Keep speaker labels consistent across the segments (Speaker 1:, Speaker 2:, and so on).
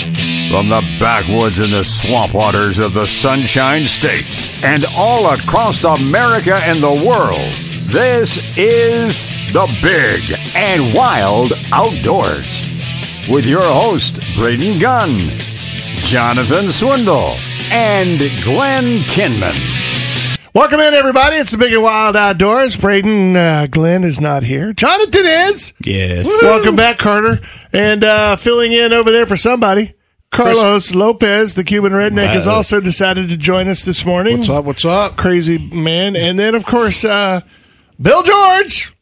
Speaker 1: From the backwoods and the swamp waters of the Sunshine State and all across America and the world, this is the Big and Wild Outdoors with your host, Braden Gunn, Jonathan Swindle, and Glenn Kinman.
Speaker 2: Welcome in, everybody. It's the Big and Wild Outdoors. Braden uh, Glenn is not here. Jonathan is.
Speaker 3: Yes.
Speaker 2: Welcome back, Carter. And uh, filling in over there for somebody, Carlos Lopez, the Cuban redneck, has
Speaker 3: Right.
Speaker 2: also decided to join us this morning.
Speaker 3: What's up? What's up?
Speaker 2: Crazy man. And then, of course, uh, Bill George.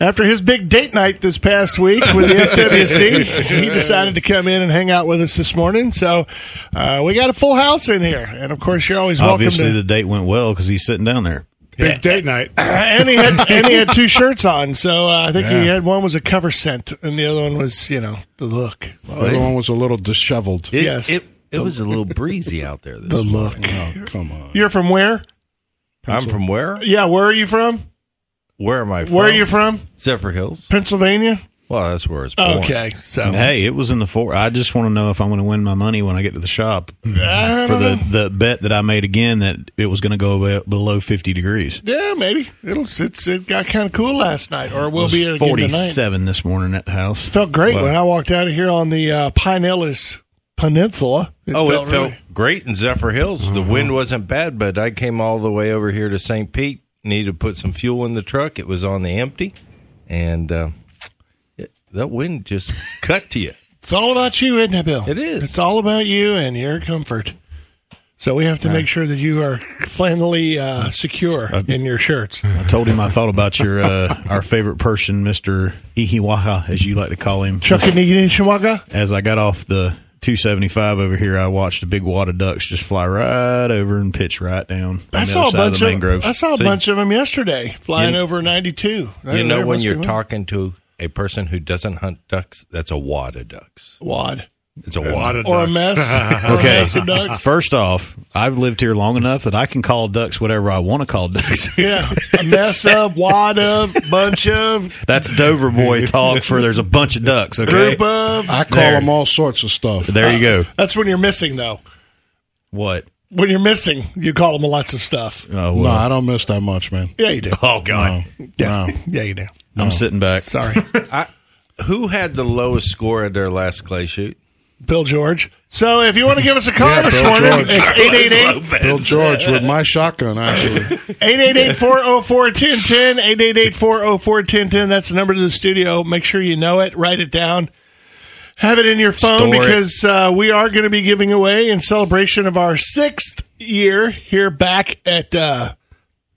Speaker 2: After his big date night this past week with the FWC, he decided to come in and hang out with us this morning. So uh, we got a full house in here, and of course, you're always welcome.
Speaker 3: Obviously,
Speaker 2: to-
Speaker 3: the date went well because he's sitting down there.
Speaker 4: Big date night.
Speaker 2: and he had and he had two shirts on. So uh, I think he
Speaker 4: Yeah.
Speaker 2: had one was a cover scent, and the other one was you know the look.
Speaker 4: The other one was a little disheveled.
Speaker 3: It,
Speaker 2: Yes.
Speaker 3: It, it was a little breezy out there. This
Speaker 4: The
Speaker 3: morning.
Speaker 4: look. Oh, come on.
Speaker 2: You're from where?
Speaker 5: I'm from where?
Speaker 2: Yeah, where are you from?
Speaker 5: Where am I from?
Speaker 2: Where are you from?
Speaker 5: Zephyr Hills.
Speaker 2: Pennsylvania.
Speaker 5: Well, that's where it's born.
Speaker 2: Okay, so
Speaker 3: And hey, it was in the four. I just want to know if I'm going to win my money when I get to the shop for
Speaker 2: I don't
Speaker 3: the,
Speaker 2: know.
Speaker 3: the bet that I made again that it was going to go be- below 50 degrees.
Speaker 2: yeah, maybe it'll. It's, it got kind of cool last night, or
Speaker 3: It
Speaker 2: we'll
Speaker 3: was
Speaker 2: be at again tonight.
Speaker 3: 47 this morning at the house.
Speaker 2: Felt great
Speaker 5: Wow.
Speaker 2: when I walked out of here on the uh, Pinellas Peninsula.
Speaker 5: Oh, it felt
Speaker 2: really- Uh-huh.
Speaker 5: great in Zephyr Hills. The wind wasn't bad, but I came all the way over here to St. Pete. Needed to put some fuel in the truck. It was on the empty, and uh, it, that wind just cut to you.
Speaker 2: It's all about you, isn't it, Bill?
Speaker 5: It is.
Speaker 2: It's all about you and your comfort. So we have to make sure that you are flannelly uh, secure in your shirts.
Speaker 3: I told him I thought about your uh, our favorite person, Mr. Ihiwaha, as you like to call him.
Speaker 2: Chuckanigininshawaga?
Speaker 3: As I got off the 275 over here, I watched a big wad of ducks just fly right over and pitch right down.
Speaker 2: I
Speaker 3: on the
Speaker 2: saw
Speaker 3: other
Speaker 2: a
Speaker 3: side
Speaker 2: bunch
Speaker 3: the
Speaker 2: of,
Speaker 3: mangroves.
Speaker 2: I saw a
Speaker 5: See?
Speaker 2: bunch of them yesterday flying
Speaker 5: You-
Speaker 2: over 92.
Speaker 5: You know
Speaker 2: There
Speaker 5: when
Speaker 2: must
Speaker 5: you're
Speaker 2: be one.
Speaker 5: talking to a person who doesn't hunt ducks, that's a wad of ducks.
Speaker 2: wad Oh,
Speaker 5: It's a
Speaker 4: Lot
Speaker 5: wad.
Speaker 4: of
Speaker 2: or a
Speaker 4: ducks.
Speaker 2: mess. or a
Speaker 3: Okay.
Speaker 2: mess of ducks.
Speaker 3: First off, I've lived here long enough that I can call ducks whatever I want to call ducks.
Speaker 2: Yeah, a mess of, wad of, bunch of,
Speaker 3: That's Dover boy talk for there's a bunch of ducks. Okay,
Speaker 2: group of. Uh,
Speaker 4: I call
Speaker 3: There.
Speaker 4: them all sorts of stuff.
Speaker 3: there you go.
Speaker 2: That's when you're missing, though.
Speaker 3: What?
Speaker 2: When you're missing, you call them lots of stuff.
Speaker 3: Oh,
Speaker 4: No,
Speaker 3: well.
Speaker 4: I don't miss that much, man.
Speaker 2: Yeah, you do.
Speaker 3: oh God,
Speaker 4: Yeah. No.
Speaker 2: Yeah, you do.
Speaker 3: I'm sitting back.
Speaker 2: Sorry.
Speaker 5: Who had the lowest score at their last clay shoot?
Speaker 2: Bill George. So if you want to give us a call
Speaker 4: Yeah,
Speaker 2: this
Speaker 4: Bill
Speaker 2: morning,
Speaker 4: George.
Speaker 2: it's
Speaker 4: Bill George with my shotgun, actually.
Speaker 2: 888-404-1010, 888-404-1010. That's the number to the studio. Make sure you know it. Write it down. Have it in your phone
Speaker 3: Store it.
Speaker 2: because uh, we are going to be giving away in celebration of our sixth year here back at uh,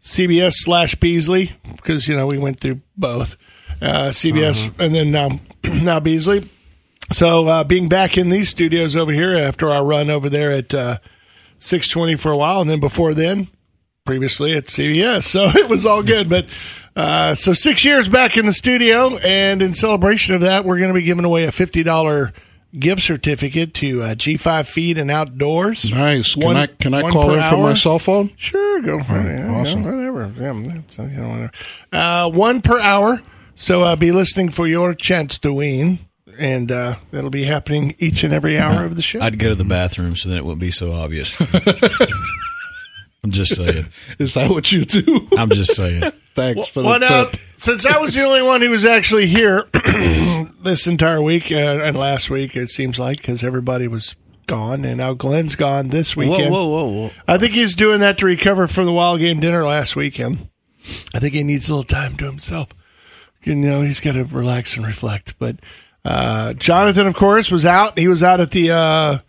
Speaker 2: CBS slash Beasley because, you know, we went through both uh, CBS
Speaker 4: Mm-hmm.
Speaker 2: and then now, now Beasley. So uh, being back in these studios over here after our run over there at uh, 620 for a while, and then before then, previously at CBS. So it was all good. But uh, so six years back in the studio, and in celebration of that, we're going to be giving away a fifty dollar gift certificate to uh, G5 Feed and Outdoors.
Speaker 4: Nice. Can
Speaker 2: One-
Speaker 4: I can I
Speaker 2: one
Speaker 4: call
Speaker 2: per
Speaker 4: in from my
Speaker 2: hour?
Speaker 4: cell phone? Oh,
Speaker 2: Sure, go for it. Yeah,
Speaker 4: awesome.
Speaker 2: you know, whatever. Yeah, that's, you know, whatever. Uh, one per hour. So uh, be listening for your chance to win. And uh, that'll be happening each and every hour of the show.
Speaker 3: I'd go to the bathroom so then it wouldn't be so obvious. I'm just saying.
Speaker 4: Is that what you do?
Speaker 3: I'm just saying.
Speaker 4: Thanks for the
Speaker 2: Well, now,
Speaker 4: tip.
Speaker 2: since I was the only one who was actually here this entire week uh, and last week, it seems like because everybody was gone, and now Glenn's gone this
Speaker 5: Whoa,
Speaker 2: weekend.
Speaker 5: whoa, whoa, whoa!
Speaker 2: I think he's doing that to recover from the wild game dinner last weekend. I think he needs a little time to himself. You know, he's got to relax and reflect. But uh, Jonathan, of course, was out. He was out at the uh,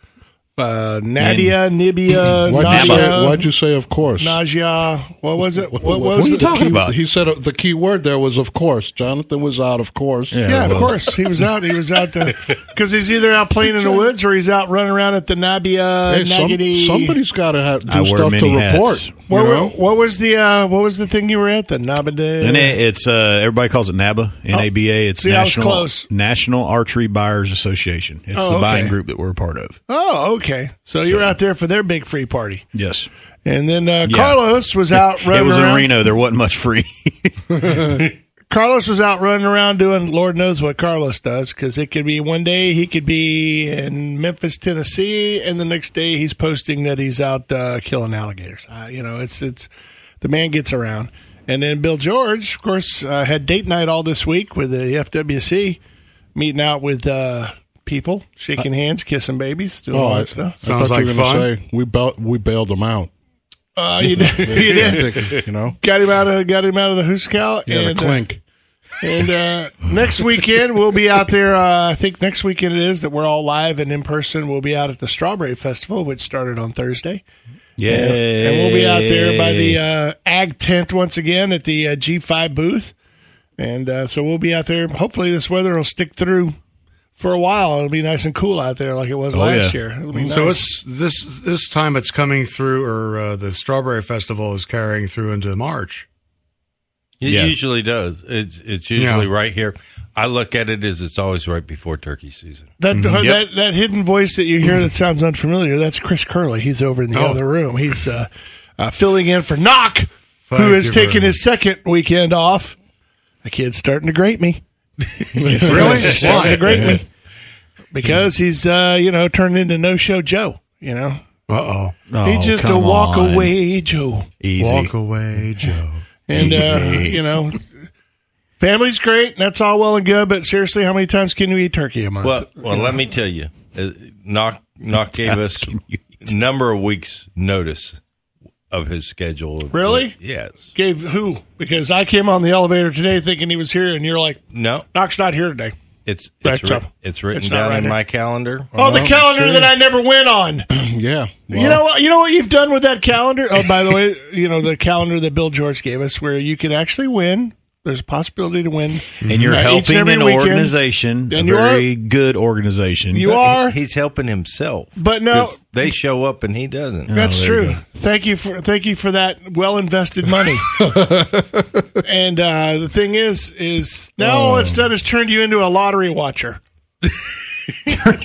Speaker 2: uh, Nadia, Nibia,
Speaker 4: Why'd you, say,
Speaker 2: Nadia,
Speaker 4: why'd you say of course?
Speaker 2: Nausea. What was it? What, was
Speaker 3: are you
Speaker 2: it?
Speaker 3: talking
Speaker 4: Key-
Speaker 3: about?
Speaker 4: He said uh, the key word there was of course. Jonathan was out, of course.
Speaker 2: Yeah,
Speaker 3: well,
Speaker 2: of
Speaker 4: Oh,
Speaker 2: course. He was out. He was out there because he's either out playing in the woods or he's out running around at the Nabia
Speaker 4: Hey, some,
Speaker 2: Nagadi.
Speaker 4: somebody's got to do
Speaker 3: I wear
Speaker 4: stuff to
Speaker 3: many hats.
Speaker 4: report. you
Speaker 2: What,
Speaker 4: know?
Speaker 2: what was the uh, what was the thing you were at the Nabada?
Speaker 3: And it, it's uh, everybody calls it NABA, N A B A. It's
Speaker 2: Oh. see, I was
Speaker 3: National
Speaker 2: close.
Speaker 3: National Archery Buyers Association. It's
Speaker 2: Oh,
Speaker 3: the
Speaker 2: okay.
Speaker 3: buying group that we're a part of.
Speaker 2: Oh, okay. So you were out there for their big free party,
Speaker 3: Yes,
Speaker 2: and then uh,
Speaker 3: Yeah.
Speaker 2: Carlos was out running
Speaker 3: it was in
Speaker 2: around.
Speaker 3: Reno. There wasn't much free.
Speaker 2: Carlos was out running around doing Lord knows what Carlos does because it could be one day he could be in Memphis, Tennessee, and the next day he's posting that he's out uh, killing alligators. Uh, you know, it's it's the man gets around. And then Bill George, of course, uh, had date night all this week with the FWC, meeting out with uh, people, shaking hands, kissing babies, doing all that stuff.
Speaker 4: Uh, oh, I
Speaker 6: Sounds
Speaker 4: thought you were
Speaker 6: like
Speaker 4: gonna
Speaker 6: fun.
Speaker 4: Say, we, bail- we bailed them out.
Speaker 2: Uh, you did, you
Speaker 4: I
Speaker 2: did.
Speaker 4: think, you know?
Speaker 2: Got him out of got him out of the Huskow.
Speaker 4: Yeah,
Speaker 2: and,
Speaker 4: the
Speaker 2: uh,
Speaker 4: clink.
Speaker 2: And uh, next weekend we'll be out there. Uh, I think next weekend it is that we're all live and in person. We'll be out at the Strawberry Festival, which started on Thursday,
Speaker 3: Yeah.
Speaker 2: and we'll be out there by the uh, Ag tent once again at the uh, G5 booth. And uh, so we'll be out there. Hopefully this weather will stick through for a while. It'll be nice and cool out there, like it
Speaker 4: Oh,
Speaker 2: was last
Speaker 3: Oh, yeah.
Speaker 2: year. It'll be
Speaker 6: So
Speaker 2: nice.
Speaker 6: it's this this time it's coming through, or uh, the strawberry festival is carrying through into March.
Speaker 5: It
Speaker 3: Yeah.
Speaker 5: usually does. It's it's usually
Speaker 6: Yeah.
Speaker 5: right here. I look at it as it's always right before turkey season.
Speaker 2: That,
Speaker 3: Mm-hmm. Yep.
Speaker 2: that that hidden voice that you hear that sounds unfamiliar, that's Chris Curley. He's over in the
Speaker 6: Oh.
Speaker 2: other room. He's uh, uh, filling in for Knock, who
Speaker 6: you
Speaker 2: is
Speaker 6: very
Speaker 2: taking his second weekend off. The kid's starting to grate me.
Speaker 6: Really?
Speaker 2: Starting to
Speaker 6: Why?
Speaker 2: grate me. Because he's, uh, you know, turned into no show Joe, you know.
Speaker 6: Uh oh.
Speaker 3: Oh,
Speaker 2: he's just a
Speaker 3: come
Speaker 2: walk
Speaker 3: on.
Speaker 2: away Joe.
Speaker 3: Easy.
Speaker 6: Walk away, Joe.
Speaker 2: And, uh,
Speaker 3: Easy.
Speaker 2: you know, family's great. And that's all well and good. But seriously, how many times can you eat turkey a month?
Speaker 5: Well, well, let me tell you, uh, knock knock gave us a number of weeks notice of his schedule.
Speaker 2: Really?
Speaker 5: Yes.
Speaker 2: Gave who? Because I came on the elevator today thinking he was here, and you're like,
Speaker 5: No.
Speaker 2: Doc's not here today.
Speaker 5: It's
Speaker 2: Back
Speaker 5: it's, writ-
Speaker 2: up.
Speaker 5: it's written
Speaker 2: It's not
Speaker 5: down
Speaker 2: right
Speaker 5: in
Speaker 2: here.
Speaker 5: my calendar. Uh-huh.
Speaker 2: Oh, the calendar that I never went on.
Speaker 4: Yeah.
Speaker 2: You know, what- you know what you've done with that calendar. Oh, by the way, you know the calendar that Bill George gave us, where you can actually win. There's a possibility to win,
Speaker 3: And you're
Speaker 2: Uh, each
Speaker 3: helping
Speaker 2: and
Speaker 3: an
Speaker 2: every weekend.
Speaker 3: organization,
Speaker 2: And
Speaker 3: a
Speaker 2: you are-
Speaker 3: very good organization.
Speaker 2: You are,
Speaker 5: He's helping himself.
Speaker 2: but no,
Speaker 5: 'Cause they show up and he doesn't.
Speaker 2: that's
Speaker 3: Oh, there you
Speaker 2: true.
Speaker 3: go.
Speaker 2: Thank you for thank you for that well invested money. and uh, the thing is, is
Speaker 3: Oh.
Speaker 2: now all it's done is turned you into a lottery watcher.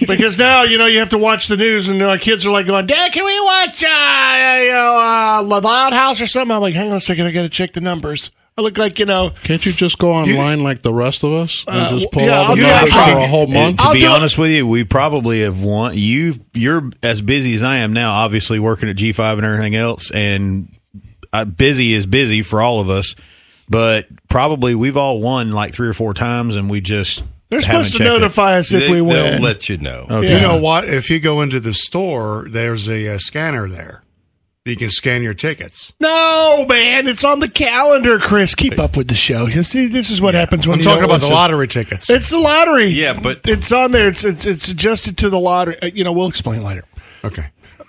Speaker 2: because now you know you have to watch the news, and our kids are like going, "Dad, can we watch uh, you know, uh, The Loud House or something?" I'm like, "Hang on a second, I got to check the numbers." I look like you know.
Speaker 4: Can't you Uh, just go online like the rest of us and just pull
Speaker 2: yeah, I'll
Speaker 4: all the
Speaker 2: do
Speaker 4: numbers
Speaker 2: that.
Speaker 4: for a whole
Speaker 3: And
Speaker 4: month?
Speaker 3: to
Speaker 2: I'll
Speaker 3: be
Speaker 2: do it.
Speaker 3: honest with you, we probably have won. You, you're as busy as I am now. Obviously, working at G5 and everything else, and uh, busy is busy for all of us. But probably we've all won like three or four times, and we just
Speaker 2: They're
Speaker 3: haven't
Speaker 2: supposed to
Speaker 3: checked it.
Speaker 2: notify us if
Speaker 5: They,
Speaker 2: we
Speaker 5: will
Speaker 2: win.
Speaker 5: let you know.
Speaker 3: Okay.
Speaker 6: You know what? If you go into the store, there's a, uh scanner there. You can scan your tickets.
Speaker 2: no, man, it's on the calendar, Chris. Keep up with the show. You see, this is what happens when
Speaker 6: I'm
Speaker 2: you
Speaker 6: talking
Speaker 2: don't
Speaker 6: about the
Speaker 2: listen.
Speaker 6: lottery tickets.
Speaker 2: It's the lottery.
Speaker 5: Yeah, but-
Speaker 2: it's on there. It's it's, it's adjusted to the lottery. Uh, You know, we'll explain later.
Speaker 6: Okay.
Speaker 2: But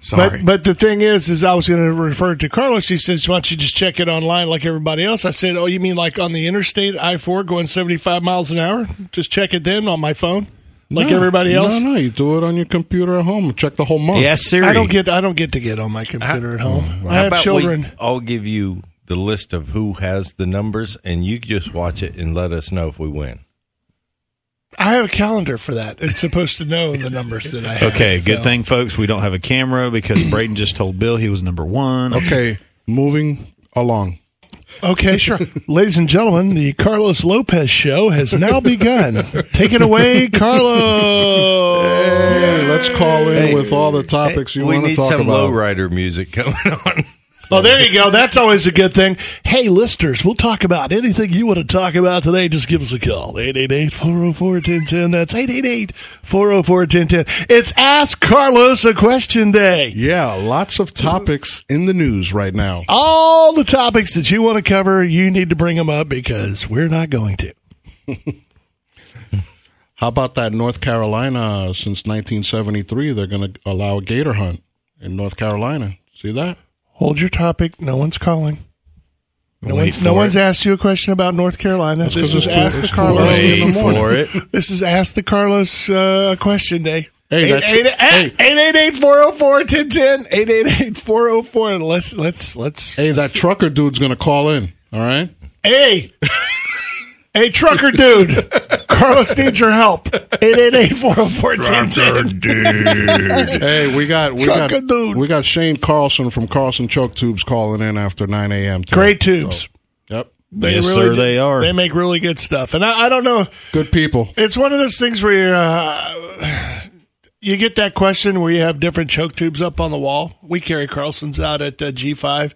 Speaker 6: Sorry.
Speaker 2: but the thing is, is I was going to refer to Carlos. He says, "Why don't you just check it online like everybody else?" I said, "Oh, you mean like on the interstate I four going seventy five miles an hour? Just check it then on my phone, like
Speaker 4: No,
Speaker 2: everybody else."
Speaker 4: No, no, you do it on your computer at home and check the whole month.
Speaker 3: Yes, Siri.
Speaker 2: I don't get I don't get to get on my computer at home.
Speaker 5: How
Speaker 2: I have
Speaker 5: about
Speaker 2: children.
Speaker 5: We, I'll give you the list of who has the numbers, and you just watch it and let us know if we win.
Speaker 2: I have a calendar for that. It's supposed to know the numbers that I have.
Speaker 3: Okay, good
Speaker 2: so.
Speaker 3: thing, folks. We don't have a camera because Braden just told Bill he was number one.
Speaker 4: Okay, moving along.
Speaker 2: Okay, sure. Ladies and gentlemen, the Carlos Lopez show has now begun. Take it away, Carlos.
Speaker 4: Hey, let's call in with all the topics you
Speaker 5: we
Speaker 4: want to
Speaker 5: need
Speaker 4: talk
Speaker 5: some
Speaker 4: about.
Speaker 5: lowrider music coming on.
Speaker 2: Oh, there you go. That's always a good thing. Hey, listeners, we'll talk about anything you want to talk about today. Just give us a call. 888-404-1010. That's 888-404-1010. It's Ask Carlos a Question Day.
Speaker 4: yeah, lots of topics in the news right now.
Speaker 2: all the topics that you want to cover, you need to bring them up because we're not going to.
Speaker 4: How about that North Carolina? Since 1973, they're going to allow a gator hunt in North Carolina. See that?
Speaker 2: Hold your topic. No one's calling. No,
Speaker 3: Wait
Speaker 2: one's, no
Speaker 3: for
Speaker 2: one's
Speaker 3: it.
Speaker 2: asked you a question about North Carolina. this
Speaker 4: 'cause it's
Speaker 2: is
Speaker 4: too-
Speaker 2: Ask the
Speaker 4: it's too
Speaker 2: Carlos.
Speaker 4: early in the
Speaker 3: Wait
Speaker 4: morning.
Speaker 3: for it.
Speaker 2: This is Ask the Carlos uh, Question Day.
Speaker 4: Hey, that's-
Speaker 2: 888-404-1010. 888-404. Let's, let's, let's.
Speaker 4: Hey, that trucker dude's going to call in. All right.
Speaker 2: Hey! Hey, trucker dude. Carlos needs your help. oh, 888-404-1010.
Speaker 4: Hey, we got we
Speaker 2: Trucker
Speaker 4: got
Speaker 2: dude.
Speaker 4: we got Shane Carlson from Carlson Choke Tubes calling in after 9 a.m. today. Oh.
Speaker 2: Great tubes.
Speaker 4: Yep.
Speaker 2: They
Speaker 3: Yes,
Speaker 2: really
Speaker 3: sir,
Speaker 2: do-
Speaker 3: they are.
Speaker 2: They make really good stuff, and I, I don't know.
Speaker 4: Good people.
Speaker 2: It's one of those things where you're, uh, you get that question where you have different choke tubes up on the wall. We carry Carlson's out at uh, G5,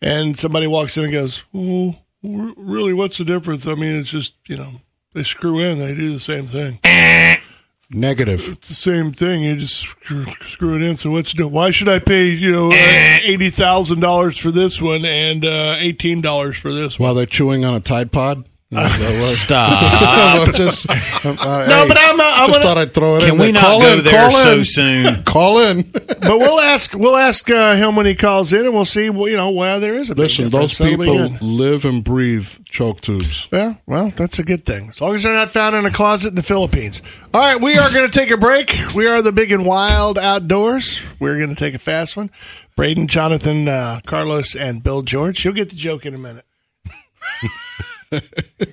Speaker 2: and somebody walks in and goes, oh, r- Really, what's the difference? I mean, it's just, you know, they screw in, they do the same thing. It's
Speaker 4: Negative.
Speaker 2: the same thing. You just screw, screw it in. So, what's the Why should I pay, you know, uh, $80,000 for this one and uh, $18 for this one?
Speaker 4: While they're chewing on a Tide Pod.
Speaker 3: Stop.
Speaker 4: I'm just, I'm, uh,
Speaker 2: No,
Speaker 4: hey,
Speaker 2: but I'm, uh, I
Speaker 4: just
Speaker 2: wanna-
Speaker 4: thought I'd throw it
Speaker 3: Can
Speaker 4: in.
Speaker 3: we
Speaker 4: there.
Speaker 3: not
Speaker 4: call
Speaker 3: go
Speaker 4: in,
Speaker 3: there
Speaker 4: call
Speaker 3: so
Speaker 4: in.
Speaker 3: soon?
Speaker 4: Call in.
Speaker 2: but we'll ask we'll ask uh, him when he calls in, and we'll see. Well, you know, where there is a big
Speaker 4: Listen,
Speaker 2: difference.
Speaker 4: those
Speaker 2: That'll be
Speaker 4: people
Speaker 2: good.
Speaker 4: live and breathe choke tubes.
Speaker 2: Yeah, well, that's a good thing. As long as they're not found in a closet in the Philippines. All right, we are going to take a break. We are the big and wild outdoors. We're going to take a fast one. Braden, Jonathan, uh, Carlos, and Bill George. You'll get the joke in a minute.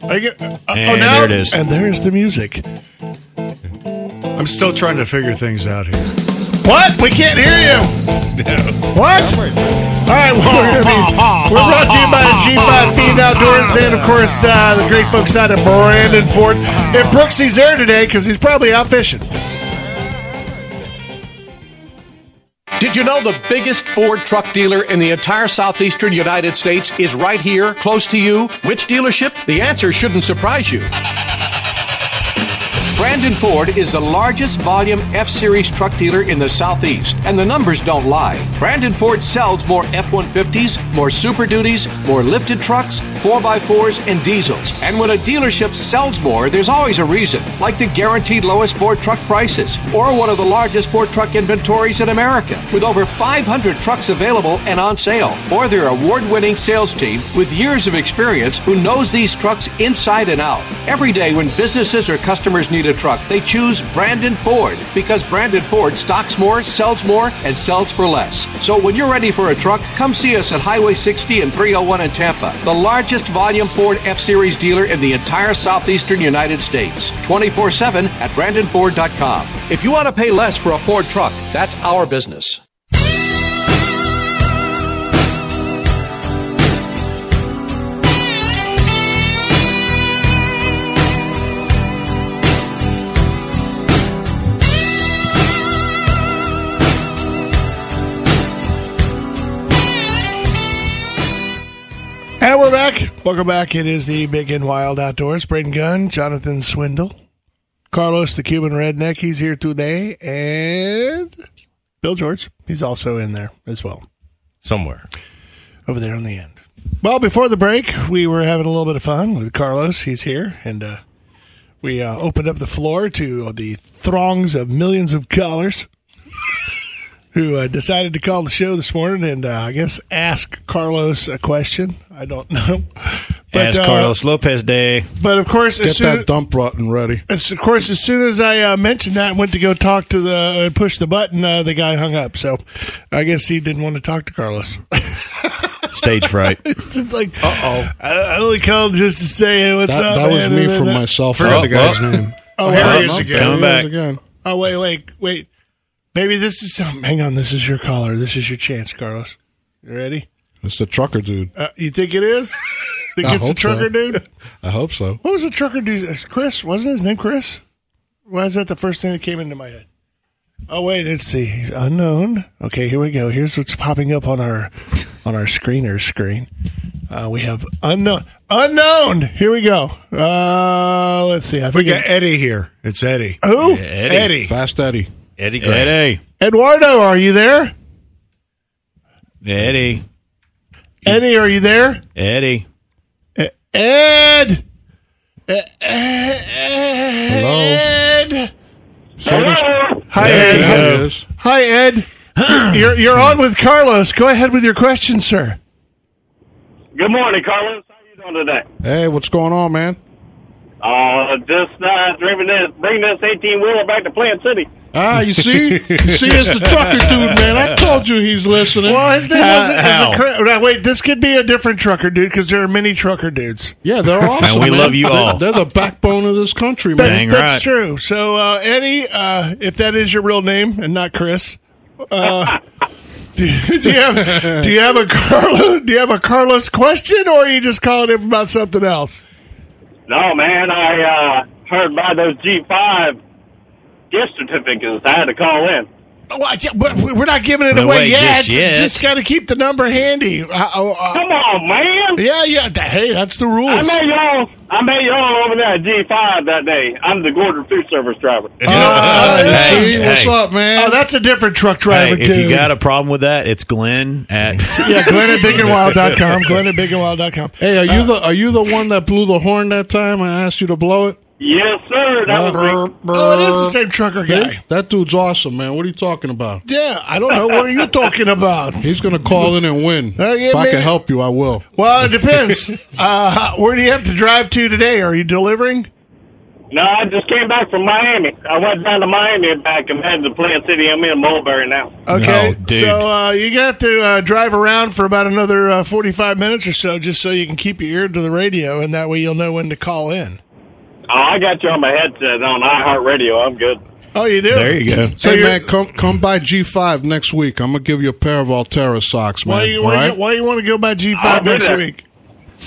Speaker 2: Are you gonna- uh,
Speaker 3: And there it is.
Speaker 2: And there's the music.
Speaker 6: I'm still trying to figure things out here.
Speaker 2: What? We can't hear you. What? All right, well, we're, gonna be, we're brought to you by G5 Feed Outdoors and, of course, uh, the great folks out at Brandon Ford. And Brooksy's there today because he's probably out fishing.
Speaker 7: Did you know the biggest Ford truck dealer in the entire southeastern United States is right here, close to you? Which dealership? The answer shouldn't surprise you. Brandon Ford is the largest volume F Series truck dealer in the Southeast, and the numbers don't lie. Brandon Ford sells more F 150s, more Super Duties, more lifted trucks, 4x4s, and diesels. And when a dealership sells more, there's always a reason, like the guaranteed lowest Ford truck prices, or one of the largest Ford truck inventories in America, with over 500 trucks available and on sale, or their award winning sales team with years of experience who knows these trucks inside and out. Every day, when businesses or customers need a truck, they choose Brandon Ford because Brandon Ford stocks more, sells more, and sells for less. So when you're ready for a truck, come see us at Highway 60 and 301 in Tampa, the largest volume Ford F Series dealer in the entire southeastern United States. 24 7 at BrandonFord.com. If you want to pay less for a Ford truck, that's our business.
Speaker 2: And we're back. Welcome back. It is the Big and Wild Outdoors. Braden Gunn, Jonathan Swindle, Carlos the Cuban Redneck. He's here today. And Bill George. He's also in there as well.
Speaker 5: somewhere.
Speaker 2: over there on the end. Well, before the break, we were having a little bit of fun with Carlos. He's here, and uh, we uh, opened up the floor to the throngs of millions of callers who uh, decided to call the show this morning and uh, I guess ask Carlos a question. I don't know.
Speaker 3: As
Speaker 2: uh,
Speaker 3: Carlos Lopez Day.
Speaker 2: But of course, as
Speaker 4: Get
Speaker 2: soon,
Speaker 4: that dump rotten ready.
Speaker 2: as, of course, as soon as I uh, mentioned that and went to go talk to the uh, push the button, uh, the guy hung up. So I guess he didn't want to talk to Carlos.
Speaker 3: Stage fright.
Speaker 2: It's just like, uh oh. I, I only called just to say, hey, what's
Speaker 4: That,
Speaker 2: up?
Speaker 4: that was
Speaker 2: man?
Speaker 4: me
Speaker 2: And then
Speaker 4: from
Speaker 2: that-
Speaker 4: myself.
Speaker 6: Forgot
Speaker 4: Oh,
Speaker 6: the guy's name.
Speaker 2: Oh,
Speaker 6: Here
Speaker 2: well,
Speaker 6: he is again.
Speaker 3: Coming back.
Speaker 4: again.
Speaker 2: oh, wait, wait, wait. Maybe this is something. Hang on, this is your caller. This is your chance, Carlos. You ready?
Speaker 4: It's the trucker dude.
Speaker 2: Uh, you think it is? Think
Speaker 4: I
Speaker 2: it's the
Speaker 4: hope so.
Speaker 2: trucker dude?
Speaker 4: I hope so.
Speaker 2: What was the trucker dude? It's Chris? Wasn't his name Chris? Why is that the first thing that came into my head? Oh wait, let's see. He's unknown. Okay, here we go. Here's what's popping up on our on our screener screen. Uh, we have unknown. Unknown. Here we go. Uh, let's see. I
Speaker 6: We
Speaker 2: think
Speaker 6: got
Speaker 2: it,
Speaker 6: Eddie here. It's Eddie.
Speaker 2: who?
Speaker 6: Eddie.
Speaker 4: Fast Eddie.
Speaker 5: Eddie Grant.
Speaker 3: Eddie.
Speaker 2: Eduardo, are you there?
Speaker 3: Eddie.
Speaker 2: Eddie, are you there? E-,
Speaker 3: Eddie.
Speaker 2: Ed. E-,
Speaker 4: Hello.
Speaker 2: Ed.
Speaker 4: Somebody's-
Speaker 2: Hi,
Speaker 4: There
Speaker 2: Ed.
Speaker 4: he is.
Speaker 2: Hi, Ed. you're, you're on with Carlos. Go ahead with your question, sir.
Speaker 8: Good morning, Carlos. How you doing today?
Speaker 4: Hey, what's going on, man?
Speaker 8: Uh, just uh, driving this, bringing this eighteen wheeler back to Plant City.
Speaker 4: Ah, you see? you see, it's the trucker dude, man. I told you he's listening.
Speaker 2: Well, his name
Speaker 3: How-
Speaker 2: wasn't.
Speaker 3: how?
Speaker 2: Is it, Cra- now, wait, this could be a different trucker dude because there are many trucker dudes.
Speaker 4: Yeah, they're awesome.
Speaker 3: And we
Speaker 4: man.
Speaker 3: love you
Speaker 4: They're-
Speaker 3: all.
Speaker 4: They're, the backbone of this country, man.
Speaker 2: That's,
Speaker 3: Dang
Speaker 2: that's
Speaker 3: right.
Speaker 2: true. So, uh, Eddie, uh, if that is your real name and not Chris, do you have do you have a Carlos do you have a Carlos question or are you just calling him about something else?
Speaker 1: No, man, I uh, heard about those G5 gift certificates. I had to call in.
Speaker 2: Well, I- yeah, but we- we're not giving it
Speaker 3: No,
Speaker 2: away
Speaker 3: wait,
Speaker 2: yet.
Speaker 3: just yet.
Speaker 2: Just got to keep the number handy. Uh, uh, uh,
Speaker 1: Come on, man.
Speaker 2: yeah, yeah. th- Hey, that's the
Speaker 1: I
Speaker 2: rules.
Speaker 1: met y'all. I met y'all over there at G5 that day. I'm the Gordon food service driver.
Speaker 2: Uh,
Speaker 3: Hey,
Speaker 4: See,
Speaker 3: hey.
Speaker 4: what's up, man?
Speaker 2: Oh, that's a different truck
Speaker 3: Hey,
Speaker 2: driver
Speaker 3: if
Speaker 2: too.
Speaker 3: you got a problem with that, it's Glenn at.
Speaker 2: yeah, Glenn at bigandwild.com. Glenn at bigandwild.com.
Speaker 4: hey, are you the are you the one that blew the horn that time? I asked you to blow it.
Speaker 1: Yes, sir. That was
Speaker 2: Oh, it is the same trucker guy.
Speaker 4: That dude's awesome, man. What are you talking about?
Speaker 2: Yeah, I don't know. What are you talking about?
Speaker 4: He's gonna call in and win.
Speaker 2: Uh, yeah,
Speaker 4: if I
Speaker 2: maybe.
Speaker 4: can help you, I will.
Speaker 2: Well, it depends. Uh, where do you have to drive to today? Are you delivering?
Speaker 1: me. No, I just came back from Miami. I went down to Miami and back and headed to Plant City. I'm in Mulberry now.
Speaker 3: No,
Speaker 2: Okay,
Speaker 3: dude.
Speaker 2: so uh, you're gonna have to uh, drive around for about another uh, 45 minutes or so, just so you can keep your ear to the radio, and that way you'll know when to call in.
Speaker 1: Oh, I got you on my headset on iHeartRadio. I'm good.
Speaker 2: Oh, you do.
Speaker 3: There you go.
Speaker 2: So
Speaker 4: hey,
Speaker 2: you're-
Speaker 4: man, come come by G5 next week. I'm gonna give you a pair of Altera socks, man.
Speaker 2: Why you
Speaker 4: all
Speaker 2: wanna
Speaker 4: right?
Speaker 2: get- why you want to go by G5
Speaker 1: I'll do
Speaker 2: next
Speaker 1: that.
Speaker 2: week?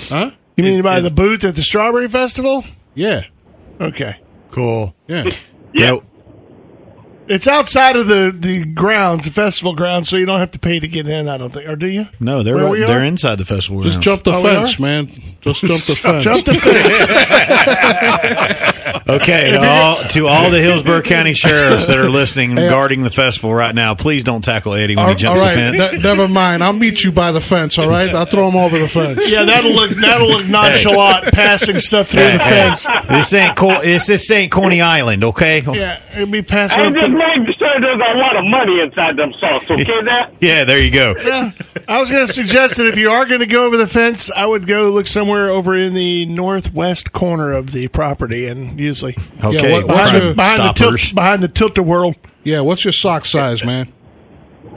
Speaker 4: Huh?
Speaker 2: You mean by the booth at the Strawberry Festival?
Speaker 4: Yeah,
Speaker 2: Okay,
Speaker 9: Cool.
Speaker 4: yeah.
Speaker 1: Yeah.
Speaker 2: it's outside of the the grounds, the festival grounds, so you don't have to pay to get in. I don't think, or do you?
Speaker 3: No, they're
Speaker 2: Where we
Speaker 3: they're
Speaker 2: are?
Speaker 3: inside the festival.
Speaker 4: Just
Speaker 3: grounds.
Speaker 4: jump the
Speaker 2: Oh, we
Speaker 4: fence,
Speaker 2: are?
Speaker 4: man. Just jump the
Speaker 3: Uh,
Speaker 4: fence.
Speaker 2: Jump the fence.
Speaker 3: Okay, to all, to all the Hillsborough County sheriffs that are listening and
Speaker 4: Hey,
Speaker 3: guarding the festival right now, please don't tackle Eddie when
Speaker 4: all
Speaker 3: he
Speaker 4: all
Speaker 3: jumps
Speaker 4: right,
Speaker 3: the fence.
Speaker 4: ne- never mind. I'll meet you by the fence. All right, I'll throw him over the fence.
Speaker 2: yeah, that'll look that'll look nonchalant, passing stuff through
Speaker 3: Hey,
Speaker 2: the
Speaker 3: hey,
Speaker 2: fence.
Speaker 3: this ain't Co- this, this ain't Coney Island, okay?
Speaker 2: Yeah, it'll be passing.
Speaker 1: Hey,
Speaker 2: up
Speaker 1: just
Speaker 2: the-
Speaker 1: make sure there's a lot of money inside them socks, okay? That
Speaker 3: Yeah, there you go.
Speaker 2: Yeah. I was going to suggest that if you are going to go over the fence, I would go look somewhere over in the northwest corner of the property, and usually
Speaker 3: Okay,
Speaker 4: what- what's
Speaker 3: crime
Speaker 4: your-
Speaker 2: behind the
Speaker 3: stoppers.
Speaker 2: tilt behind the tilt a whirl.
Speaker 4: Yeah, what's your sock size, man?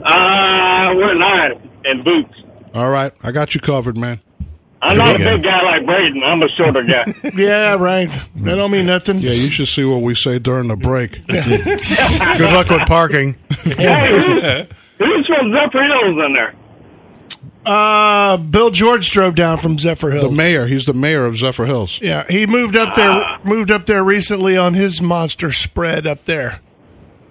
Speaker 1: uh, we're nine and boots.
Speaker 4: All right, I got you covered, man.
Speaker 1: I'm
Speaker 3: There
Speaker 1: not a
Speaker 3: you go.
Speaker 1: big guy like Braden. I'm a shorter guy.
Speaker 2: Yeah, right. That don't mean nothing.
Speaker 4: Yeah, you should see what we say during the break.
Speaker 9: Good luck with parking.
Speaker 1: hey, who's, who's from Zephyr Hills in there?
Speaker 2: Uh, Bill George drove down from Zephyr
Speaker 4: The
Speaker 2: Hills.
Speaker 4: mayor, he's the mayor of Zephyr Hills.
Speaker 2: yeah, he moved up there. Moved up there recently on his monster spread up there.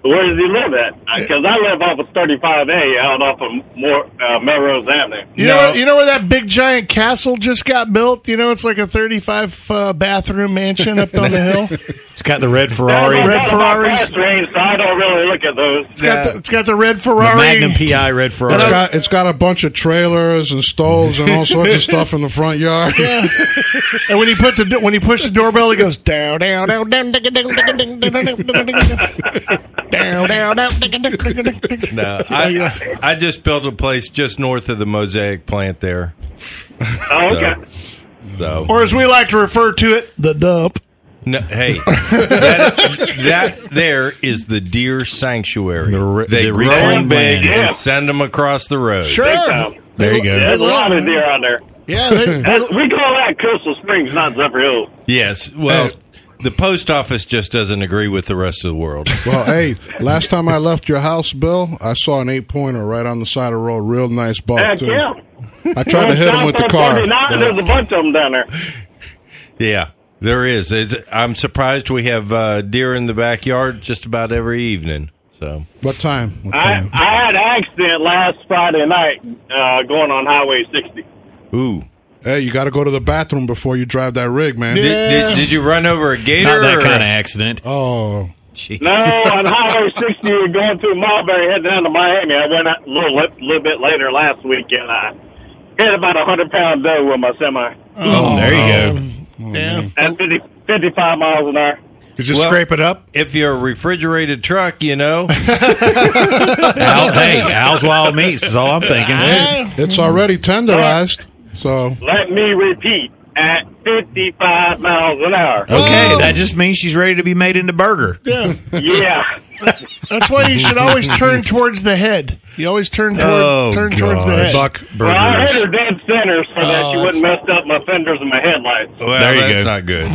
Speaker 1: Where does he live at? Because I live off of 35A out off of more, uh, Melrose Avenue.
Speaker 2: You know, where- you know where that big giant castle just got built. You know, it's like a thirty-five uh, bathroom mansion up on the hill.
Speaker 3: It's got the red
Speaker 1: Sorry,
Speaker 3: Ferrari,
Speaker 2: Red Ferraris.
Speaker 1: Range, so I don't really look at those.
Speaker 2: It's got the, it's got the red
Speaker 3: the
Speaker 2: Ferrari.
Speaker 3: Magnum PI red Ferrari.
Speaker 4: It's got it's got a bunch of trailers and stoves and all sorts of stuff in the front yard.
Speaker 2: And when he put the when he pushed the doorbell, he goes down, down, down, down, down, down, down, down, down, down, down, down, down, down.
Speaker 5: No, I, I just built a place just north of the mosaic plant there.
Speaker 1: Oh, okay.
Speaker 5: So
Speaker 2: Or as we like to refer to it, the dump.
Speaker 5: no, hey, that, that there is the deer sanctuary.
Speaker 3: The re-
Speaker 5: they
Speaker 3: the
Speaker 5: grow them
Speaker 3: reclaimed
Speaker 5: big
Speaker 1: land.
Speaker 5: and send them across the road.
Speaker 1: Big time.
Speaker 3: there you go.
Speaker 1: There's a lot of deer out there.
Speaker 2: Yeah, they,
Speaker 1: That- we call that Coastal Springs, not Zephyr Hills.
Speaker 5: Yes. Well, the post office just doesn't agree with the rest of the world.
Speaker 4: Well, hey, last time I left your house, Bill, I saw an eight pointer right on the side of the road. Real nice buck,
Speaker 1: Heck
Speaker 4: too.
Speaker 1: yeah.
Speaker 4: I tried to hit him with the car.
Speaker 1: 39, There's a bunch of them down there.
Speaker 5: yeah, there is. It's, I'm surprised we have uh, deer in the backyard just about every evening. So
Speaker 4: What time? What
Speaker 1: I,
Speaker 4: time?
Speaker 1: I had an accident last Friday night uh, going on Highway 60.
Speaker 5: ooh.
Speaker 4: hey, you got to go to the bathroom before you drive that rig, man.
Speaker 5: Did, did, did you run over a gator?
Speaker 3: Not that
Speaker 5: or-
Speaker 3: kind of accident.
Speaker 4: Oh,
Speaker 1: No, on Highway 60, you're going through Mulberry, heading down to Miami. I went out a little, little bit later last week, and I hit about a 100 pound doe with my semi
Speaker 3: Oh, there you go.
Speaker 2: yeah.
Speaker 1: at 50, 55 miles an hour.
Speaker 9: Did you
Speaker 5: Well-
Speaker 9: scrape it up?
Speaker 5: If you're a refrigerated truck, you know.
Speaker 3: Al, hey, Al's Wild Meats is all I'm thinking.
Speaker 4: it's already tenderized. So
Speaker 1: Let me repeat at 55 miles an hour.
Speaker 3: Okay, that just means she's ready to be made into burger.
Speaker 1: Yeah.
Speaker 2: That's why you should always turn towards the head. You always turn toward
Speaker 3: Oh,
Speaker 2: turn towards the
Speaker 3: gosh.
Speaker 2: head.
Speaker 9: Buck
Speaker 1: Well, I
Speaker 9: burgers.
Speaker 1: hit her dead center so that
Speaker 2: Oh,
Speaker 1: she wouldn't mess up my fenders and my headlights.
Speaker 5: Well,
Speaker 3: There you
Speaker 5: that's
Speaker 3: go.
Speaker 5: not good.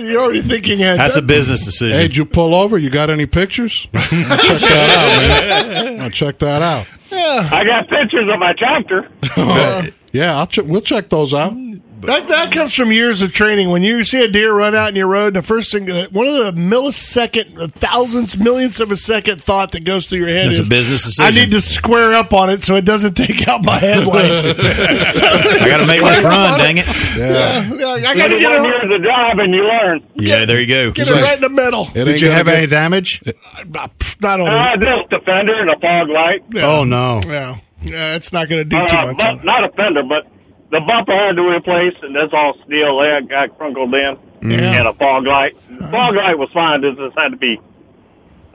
Speaker 2: You're already thinking ahead.
Speaker 3: That's a business
Speaker 4: hey,
Speaker 3: decision.
Speaker 4: did you pull over? You got any pictures? I'll check that out, man. I'll check that out.
Speaker 2: Yeah,
Speaker 8: I got pictures of my tractor.
Speaker 4: Yeah, I'll check. We'll check those out.
Speaker 2: that, that comes from years of training. When you see a deer run out in your road, the first thing, that- one of the millisecond, uh, thousandths, millionths of a second thought that goes through your head
Speaker 3: That's a
Speaker 2: is
Speaker 3: business decision.
Speaker 2: I need to square up on it so it doesn't take out my headlights. I
Speaker 3: I got to make this run, dang it.
Speaker 4: Yeah,
Speaker 2: I got to
Speaker 8: Twenty-one
Speaker 2: get it.
Speaker 8: years of drive and you learn.
Speaker 3: Yeah, there you go.
Speaker 2: Get it right in the middle.
Speaker 4: It
Speaker 6: Did
Speaker 4: ain't
Speaker 6: you
Speaker 4: gonna
Speaker 6: have
Speaker 4: get-
Speaker 6: any damage?
Speaker 2: Not only.
Speaker 8: Uh, just a fender and a fog light.
Speaker 6: Oh no.
Speaker 2: Yeah, yeah, it's not going to do too
Speaker 8: Uh,
Speaker 2: much. on
Speaker 8: but,
Speaker 2: it.
Speaker 8: not a fender, but the bumper had to replace, and that's all steel. They had got crunkled in,
Speaker 2: Yeah.
Speaker 8: and a fog light. The fog light was fine. This just had to be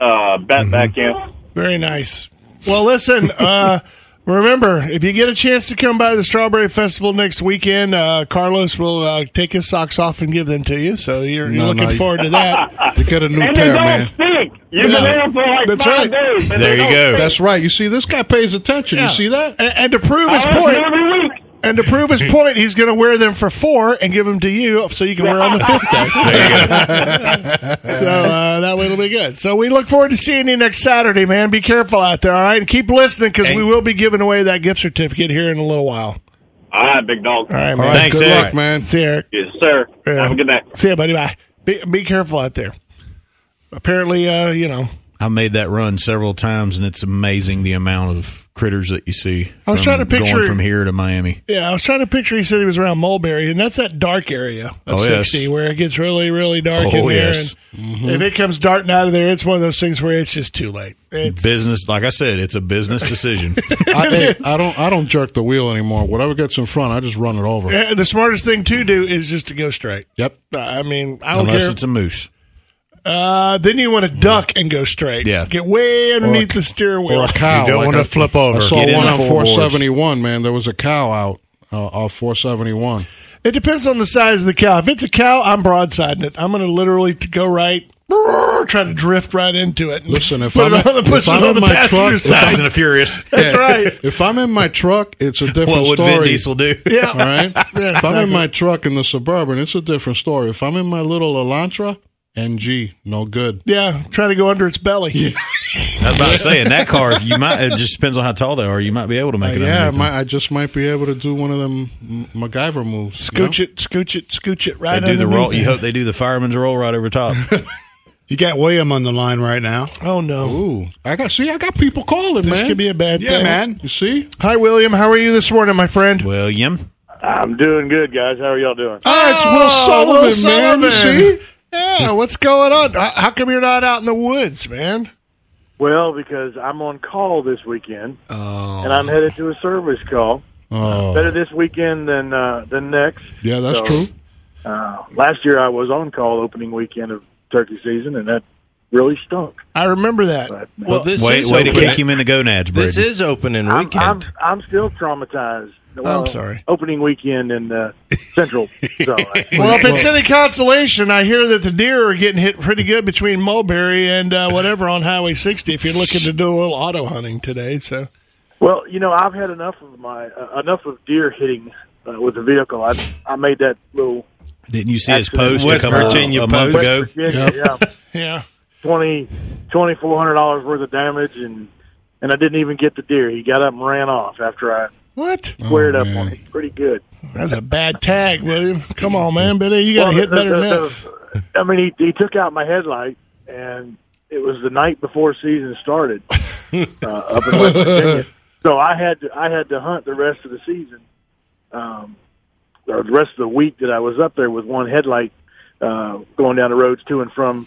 Speaker 8: uh, bent
Speaker 2: Mm-hmm.
Speaker 8: back in.
Speaker 2: Very nice. Well, listen, uh, remember, if you get a chance to come by the Strawberry Festival next weekend, uh, Carlos will uh, take his socks off and give them to you. So you're, you're
Speaker 4: No,
Speaker 2: looking
Speaker 4: no, you-
Speaker 2: forward to that.
Speaker 4: you get a new
Speaker 8: And they
Speaker 4: pair,
Speaker 8: don't
Speaker 4: man.
Speaker 8: stink. You've been
Speaker 2: Yeah.
Speaker 8: in for like
Speaker 2: That's
Speaker 8: five
Speaker 2: right.
Speaker 8: days. and
Speaker 3: There
Speaker 8: they
Speaker 3: you
Speaker 8: don't
Speaker 3: go.
Speaker 8: stink.
Speaker 4: That's right. You see, this guy pays attention.
Speaker 2: Yeah.
Speaker 4: You see that?
Speaker 2: And, and to prove his
Speaker 8: I listen
Speaker 2: point,
Speaker 8: every week.
Speaker 2: and to prove his point, he's going to wear them for four and give them to you, so you can wear on the fifth day. so uh, that way it'll be good. So we look forward to seeing you next Saturday, man. Be careful out there, all right? And keep listening because we will be giving away that gift certificate here in a little while.
Speaker 8: All right, big dog.
Speaker 2: All right, man.
Speaker 4: All right.
Speaker 3: Thanks,
Speaker 4: good
Speaker 3: Eric.
Speaker 4: luck, man.
Speaker 2: See you, Eric.
Speaker 8: Yes, sir.
Speaker 2: Yeah.
Speaker 8: Have a good night.
Speaker 2: See ya, buddy. Bye. Be, be careful out there. Apparently, uh, you know,
Speaker 3: I made that run several times, and it's amazing the amount of critters that you see.
Speaker 2: I was
Speaker 3: from
Speaker 2: trying to picture-
Speaker 3: going from here to Miami.
Speaker 2: yeah, I was trying to picture. He said he was around Mulberry, and that's that dark area of
Speaker 3: Oh,
Speaker 2: 60
Speaker 3: yes.
Speaker 2: where it gets really, really dark in
Speaker 3: Oh,
Speaker 2: there.
Speaker 3: yes.
Speaker 2: And If it comes darting out of there, it's one of those things where it's just too late. It's,
Speaker 3: Business, like I said, it's a business decision.
Speaker 4: I, hey, I don't. I don't jerk the wheel anymore. Whatever gets in front, I just run it over.
Speaker 2: Uh, the smartest thing to do is just to go straight.
Speaker 4: Yep.
Speaker 2: Uh, I mean, I don't
Speaker 3: Unless
Speaker 2: care.
Speaker 3: it's a moose.
Speaker 2: uh, then you want to duck and go straight.
Speaker 3: Yeah.
Speaker 2: Get way underneath the steering wheel.
Speaker 4: Or a cow.
Speaker 6: You don't
Speaker 4: like
Speaker 6: want
Speaker 4: I-
Speaker 6: to flip over.
Speaker 4: I saw
Speaker 3: Get in
Speaker 4: one
Speaker 3: the
Speaker 4: on
Speaker 3: four boards.
Speaker 4: 471, man. There was a cow out uh, off 471.
Speaker 2: It depends on the size of the cow. If it's a cow, I'm broadsiding it. I'm going to literally t- go right, try to drift right into it. and
Speaker 4: Listen, if
Speaker 2: put
Speaker 4: I'm
Speaker 2: it on the,
Speaker 4: if
Speaker 2: push it
Speaker 4: I'm
Speaker 2: on
Speaker 4: in
Speaker 2: the
Speaker 4: my
Speaker 2: passenger
Speaker 4: truck-
Speaker 2: side.
Speaker 3: Fast and the Furious.
Speaker 2: That's right.
Speaker 4: If I'm in my truck, it's a different
Speaker 3: What would
Speaker 4: story.
Speaker 3: Vin Diesel do?
Speaker 2: Yeah.
Speaker 4: All right. if I'm in
Speaker 2: exactly.
Speaker 4: my truck in the suburban, it's a different story. If I'm in my little Elantra, NG, no good.
Speaker 2: Yeah, try to go under its belly.
Speaker 3: I was about to say in that car, you might. It just depends on how tall they are. You might be able to
Speaker 4: Uh,
Speaker 3: make it.
Speaker 4: yeah, I,
Speaker 3: underneath them.
Speaker 4: might, I just might be able to do one of them M- MacGyver moves. you know?
Speaker 2: Scooch it, scooch it, scooch it
Speaker 3: They
Speaker 2: right
Speaker 3: do the roll.
Speaker 2: underneath
Speaker 3: You
Speaker 2: it.
Speaker 3: hope they do the fireman's roll right over top.
Speaker 6: You got William on the line right now.
Speaker 2: Oh, no.
Speaker 4: Ooh, I got see, I got people calling,
Speaker 2: This
Speaker 4: man.
Speaker 2: could be a bad
Speaker 6: Yeah,
Speaker 2: thing.
Speaker 6: man.
Speaker 4: you see,
Speaker 2: Hi, William. How are you this morning, my friend?
Speaker 3: William,
Speaker 8: I'm doing good, guys. How are y'all doing?
Speaker 4: oh, it's Will Sullivan,
Speaker 2: Ah, Will
Speaker 4: man. You
Speaker 2: Sullivan.
Speaker 4: see,
Speaker 2: Yeah, what's going on? How how come you're not out in the woods, man?
Speaker 8: Well, because I'm on call this weekend,
Speaker 2: Oh.
Speaker 8: and I'm headed to a service call. Better this weekend than uh, than next.
Speaker 4: Oh. yeah, that's
Speaker 8: So,
Speaker 4: true.
Speaker 8: Last year I was on call opening weekend of turkey season, and that really stunk.
Speaker 2: I remember that.
Speaker 8: But man,
Speaker 5: Well, this
Speaker 3: wait,
Speaker 5: is
Speaker 3: way to
Speaker 5: opening-
Speaker 3: kick him in the gonads, Brady.
Speaker 5: This is opening
Speaker 8: I'm,
Speaker 5: weekend.
Speaker 8: I'm I'm still traumatized. Well,
Speaker 2: sorry.
Speaker 8: Opening weekend in uh, Central. so, I-
Speaker 2: Well, if it's any consolation, I hear that the deer are getting hit pretty good between Mulberry and uh, whatever on Highway 60. If you're looking to do a little auto hunting today, so
Speaker 8: Well, you know, I've had enough of my uh, enough of deer hitting uh, with the vehicle. I I made that little
Speaker 3: Didn't you see his
Speaker 8: Accident.
Speaker 3: post
Speaker 5: West
Speaker 3: a couple
Speaker 5: Virginia
Speaker 3: a month
Speaker 5: post.
Speaker 3: ago?
Speaker 8: Virginia, yeah,
Speaker 2: yeah,
Speaker 8: twenty twenty four hundred dollars worth of damage, and and I didn't even get the deer. He got up and ran off after I
Speaker 2: what? Oh,
Speaker 8: squared up
Speaker 4: man.
Speaker 8: on him. Pretty good.
Speaker 2: That's a bad tag, William. Come on, man, Billy, you got to
Speaker 8: Well,
Speaker 2: hit
Speaker 8: the-
Speaker 2: better
Speaker 8: the-
Speaker 2: than that.
Speaker 8: the- I mean, he he took out my headlight, and it was the night before season started uh, up in West Virginia. So I had to I had to hunt the rest of the season, um, or the rest of the week that I was up there with one headlight uh, going down the roads to and from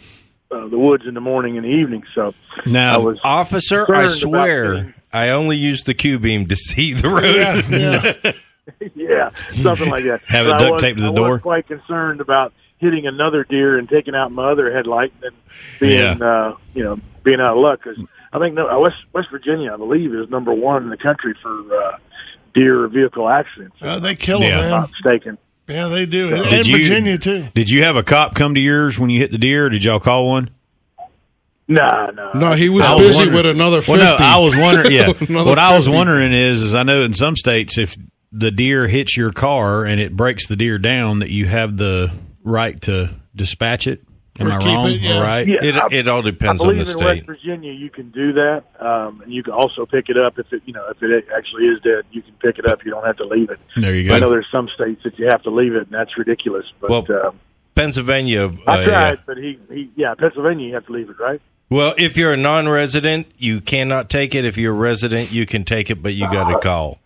Speaker 8: uh, the woods in the morning and the evening. So I
Speaker 3: Now,
Speaker 8: was
Speaker 5: Officer,
Speaker 8: concerned
Speaker 5: I
Speaker 8: about
Speaker 5: swear,
Speaker 8: getting-
Speaker 5: I only used the Q beam to see the road.
Speaker 2: Yeah,
Speaker 8: yeah, something like that.
Speaker 3: Have it
Speaker 8: But I
Speaker 3: duct
Speaker 8: was-
Speaker 3: taped to the
Speaker 8: I
Speaker 3: door.
Speaker 8: was quite concerned about hitting another deer and taking out my other headlight and then being,
Speaker 3: Yeah.
Speaker 8: uh, you know, being out of luck. Because I think no, uh, West West Virginia, I believe, is number one in the country for uh, deer vehicle accidents.
Speaker 2: yeah. Uh, they kill 'em,
Speaker 3: Yeah.
Speaker 2: man.
Speaker 8: Not mistaken.
Speaker 2: Yeah, they do. And,
Speaker 3: Did
Speaker 2: and
Speaker 3: you-
Speaker 2: Virginia too.
Speaker 3: Did you have a cop come to yours when you hit the deer? Or did y'all call one?
Speaker 8: No, no.
Speaker 4: No, he was,
Speaker 3: I was
Speaker 4: busy
Speaker 3: wondering-
Speaker 4: with another fifty.
Speaker 3: Well, no, I was wondering. Yeah,
Speaker 4: Another
Speaker 3: what I was
Speaker 4: 50.
Speaker 3: wondering is, is I know in some states if the deer hits your car and it breaks the deer down, that you have the right to dispatch it. Am
Speaker 2: Or
Speaker 3: I
Speaker 2: keep
Speaker 3: wrong
Speaker 2: it, yeah.
Speaker 3: or right?
Speaker 8: Yeah,
Speaker 5: It-
Speaker 8: I-
Speaker 5: it all depends
Speaker 8: I
Speaker 5: on
Speaker 8: believe
Speaker 5: the
Speaker 8: in
Speaker 5: state.
Speaker 8: West Virginia, you can do that, um, and you can also pick it up if it, you know, if it actually is dead. You can pick it up. You don't have to leave it.
Speaker 3: There you
Speaker 8: I know
Speaker 3: go.
Speaker 8: there's some states that you have to leave it, and that's ridiculous. But
Speaker 5: Well,
Speaker 8: um,
Speaker 5: Pennsylvania.
Speaker 8: I
Speaker 5: uh,
Speaker 8: tried, but he, he, yeah, Pennsylvania, you have to leave it, right?
Speaker 5: Well, if you're a non-resident, you cannot take it. If you're a resident, you can take it, but you got to call.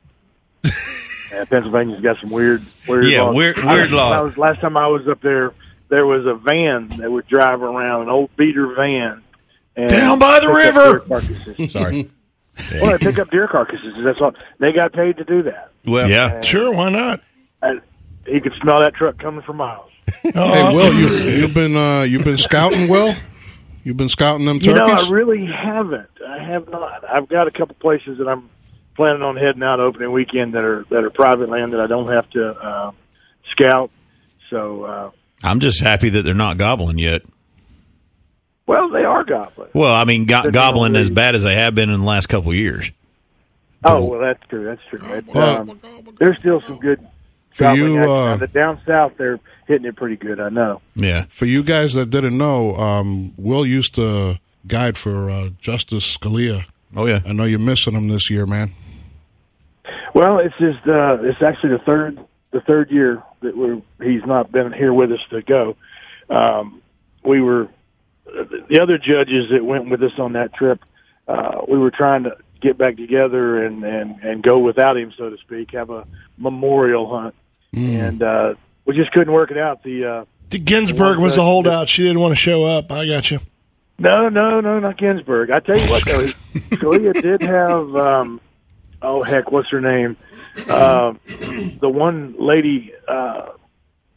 Speaker 8: Yeah, Pennsylvania's got some weird, weird.
Speaker 5: Yeah,
Speaker 8: laws.
Speaker 5: weird-
Speaker 8: I-
Speaker 5: weird law.
Speaker 8: I was, last time I was up there, there was a van that would drive around, an old beater van, and
Speaker 3: Down by the
Speaker 8: pick up
Speaker 3: river.
Speaker 8: deer carcasses.
Speaker 3: Sorry.
Speaker 8: well, they pick up deer carcasses. That's all. They got paid to do that.
Speaker 5: Well,
Speaker 3: Yeah.
Speaker 2: Sure, why not?
Speaker 8: And you could smell that truck coming for miles.
Speaker 4: Hey, Will, you you've been uh, you've been scouting, Will. You've been scouting them
Speaker 8: You know, I
Speaker 4: turkeys.
Speaker 8: really haven't. I have not. I've got a couple places that I'm planning on heading out opening weekend that are that are private land that I don't have to uh, scout. So, uh,
Speaker 3: I'm just happy that they're not gobbling yet.
Speaker 8: well, they are goblins.
Speaker 3: Well, I mean, go-
Speaker 8: They're
Speaker 3: gobbling
Speaker 8: not
Speaker 3: as
Speaker 8: really-
Speaker 3: bad as they have been in the last couple of years.
Speaker 8: Oh well, that's true. That's true. But,
Speaker 4: Well-
Speaker 8: um, there's still some good.
Speaker 4: For
Speaker 8: gobbling
Speaker 4: you,
Speaker 8: action.
Speaker 4: uh,
Speaker 8: Now, the down south, they're hitting it pretty good. I know.
Speaker 3: Yeah.
Speaker 4: For you guys that didn't know, um, Will used to guide for uh, Justice Scalia.
Speaker 3: Oh yeah.
Speaker 4: I know you're missing him this year, man.
Speaker 8: Well, it's just uh, it's actually the third the third year that we're he's not been here with us to go. Um, we were the other judges that went with us on that trip. Uh, we were trying to get back together and and and go without him, so to speak, have a memorial hunt,
Speaker 3: Mm.
Speaker 2: Mm.
Speaker 8: and uh, we just couldn't work it out. The uh,
Speaker 2: The Ginsburg was a holdout. She didn't want to show up. I got you.
Speaker 8: No, no, no, not Ginsburg. I tell you what, though, Scalia did have. Um, oh heck, what's her name? Um the one lady, uh,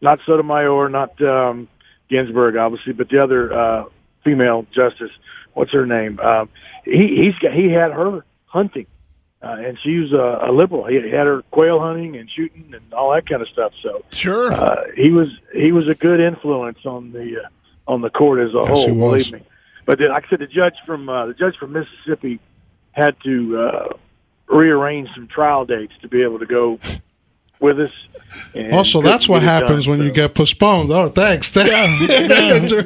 Speaker 8: not Sotomayor, not um, Ginsburg, obviously, but the other uh, female justice. What's her name? Um, he he's got, he had her hunting, uh, and she was a, a liberal. He had her quail hunting and shooting and all that kind of stuff. So
Speaker 2: Sure.
Speaker 8: uh, he was he was a good influence on the uh, on the court as a whole.
Speaker 4: he was.
Speaker 8: Believe me. But then, like I said, the judge from uh, the judge from Mississippi had to uh, rearrange some trial dates to be able to go with us. and
Speaker 4: Also,
Speaker 8: couldn't
Speaker 4: that's what
Speaker 8: get it
Speaker 4: happens
Speaker 8: done,
Speaker 4: when you
Speaker 8: so-
Speaker 4: get postponed. Oh, thanks. During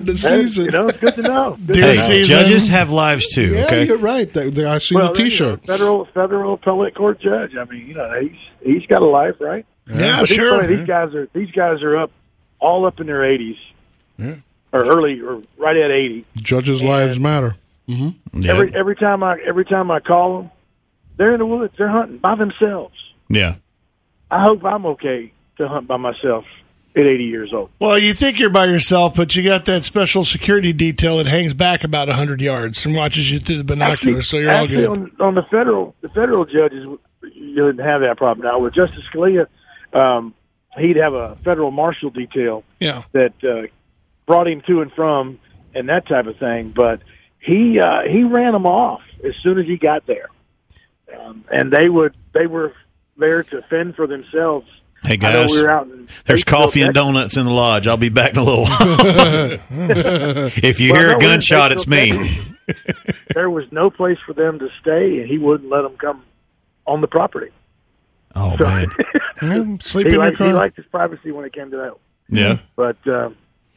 Speaker 4: the
Speaker 8: Hey,
Speaker 4: season.
Speaker 8: You know, it's good to know. Oh, Good
Speaker 2: Dear
Speaker 8: to
Speaker 3: Hey,
Speaker 8: know.
Speaker 2: season.
Speaker 3: judges have lives too.
Speaker 4: yeah,
Speaker 3: okay.
Speaker 4: you're right. Th- th- I see
Speaker 8: Well,
Speaker 4: the
Speaker 8: you know,
Speaker 4: T-shirt.
Speaker 8: federal federal appellate court judge. I mean, you know, he's he's got a life, right?
Speaker 2: yeah,
Speaker 8: But these-
Speaker 2: sure.
Speaker 8: These guys are these guys are up all up in their eighties, or early, or right at eighty.
Speaker 4: Judges' lives matter. Mm-hmm.
Speaker 3: Yeah.
Speaker 8: Every every time I every time I call them, they're in the woods. They're hunting by themselves.
Speaker 3: yeah.
Speaker 8: I hope I'm okay to hunt by myself at 80 years old.
Speaker 2: Well, you think you're by yourself, but you got that special security detail that hangs back about 100 yards and watches you through the binoculars, so you're all
Speaker 8: actually
Speaker 2: good.
Speaker 8: on, on the federal the federal judges, you didn't have that problem. Now with Justice Scalia, um, he'd have a federal marshal detail
Speaker 2: yeah.
Speaker 8: that uh, brought him to and from and that type of thing. But he uh, he ran them off as soon as he got there, um, and they would they were there to fend for themselves.
Speaker 3: Hey,
Speaker 8: I know
Speaker 3: guys,
Speaker 8: we were out in
Speaker 3: There's
Speaker 8: Batesville,
Speaker 3: coffee and
Speaker 8: Texas.
Speaker 3: donuts in the lodge. I'll be back in a little while. if you
Speaker 8: Well,
Speaker 3: hear
Speaker 8: no,
Speaker 3: a
Speaker 8: we're in
Speaker 3: gunshot, it's
Speaker 8: Batesville,
Speaker 3: me.
Speaker 8: There was no place for them to stay, and he wouldn't let them come on the property.
Speaker 3: Oh man.
Speaker 2: Yeah, Sleep
Speaker 8: He
Speaker 2: in your
Speaker 8: liked, he
Speaker 2: car.
Speaker 8: liked his privacy when it came to that,
Speaker 3: Yeah.
Speaker 8: but uh,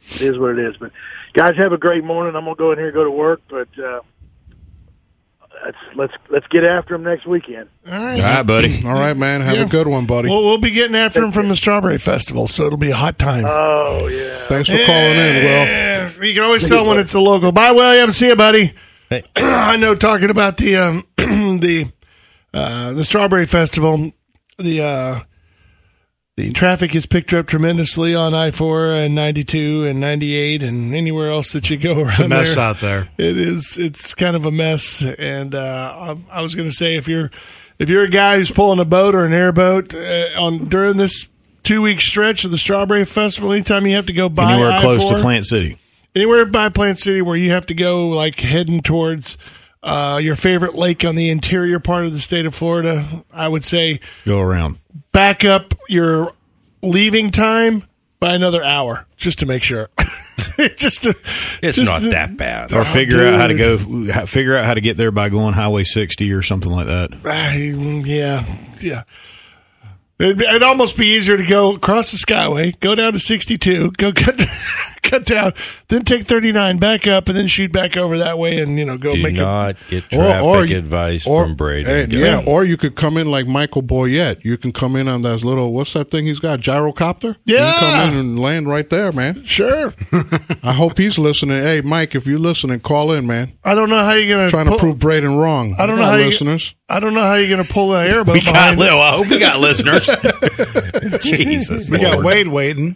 Speaker 8: it is what it is. But guys, have a great morning. I'm gonna go in here and go to work, but uh, let's let's let's get after him next weekend.
Speaker 2: All
Speaker 3: All
Speaker 2: right.
Speaker 3: right, buddy.
Speaker 4: All right, man. Have
Speaker 2: Yeah.
Speaker 4: a good one, buddy.
Speaker 2: Well, we'll be getting after him from the Strawberry Festival, so it'll be a hot time.
Speaker 8: Oh yeah,
Speaker 4: thanks for calling in, Will.
Speaker 2: Yeah, you can always tell when it's a local. Bye, William. See you, buddy.
Speaker 5: Hey.
Speaker 2: I know. Talking about the um, the uh, the strawberry festival, the uh, the traffic has picked up tremendously on I four and ninety two and ninety eight and anywhere else that you go around
Speaker 6: It's a mess
Speaker 2: there.
Speaker 6: out there.
Speaker 2: It is. It's kind of a mess. And uh, I, I was going to say, if you're if you're a guy who's pulling a boat or an airboat uh, on during this two week stretch of the Strawberry Festival, anytime you have to go by
Speaker 3: Anywhere close to
Speaker 2: I-4,
Speaker 3: Plant City.
Speaker 2: anywhere by Plant City where you have to go like heading towards uh, your favorite lake on the interior part of the state of Florida, I would say
Speaker 3: Go around.
Speaker 2: back up your leaving time by another hour just to make sure. just to,
Speaker 5: It's
Speaker 2: just
Speaker 5: not
Speaker 2: to-
Speaker 5: that bad.
Speaker 3: Or figure out how to go.
Speaker 2: dude.
Speaker 3: Figure out how to get there by going Highway 60 or something like that.
Speaker 2: Ah, yeah, yeah. It'd, be, it'd almost be easier to go across the Skyway, go down to 62, go cut, cut down, then take 39 back up, and then shoot back over that way, and you know go
Speaker 5: Do
Speaker 2: make it.
Speaker 5: not get traffic
Speaker 4: you-
Speaker 5: advice
Speaker 4: or-
Speaker 5: from Brady.
Speaker 4: eh, yeah, or you could come in like Michael Boyette. You can come in on that little what's that thing he's got? Gyrocopter? You can
Speaker 2: Yeah.
Speaker 4: come in and land right there, man.
Speaker 2: Sure,
Speaker 4: I hope he's listening. Hey, Mike, if you're listening, call in, man.
Speaker 2: I don't know how you're gonna
Speaker 4: Trying to
Speaker 2: Uh, pull-
Speaker 4: prove Braden wrong.
Speaker 2: I don't
Speaker 4: We
Speaker 2: know
Speaker 4: got
Speaker 2: how you-
Speaker 4: listeners.
Speaker 2: I don't know how you're gonna pull that airboat
Speaker 3: We got
Speaker 2: behind
Speaker 3: Lil. I hope we got listeners. Jesus,
Speaker 6: We got
Speaker 3: Lord.
Speaker 6: Wade waiting.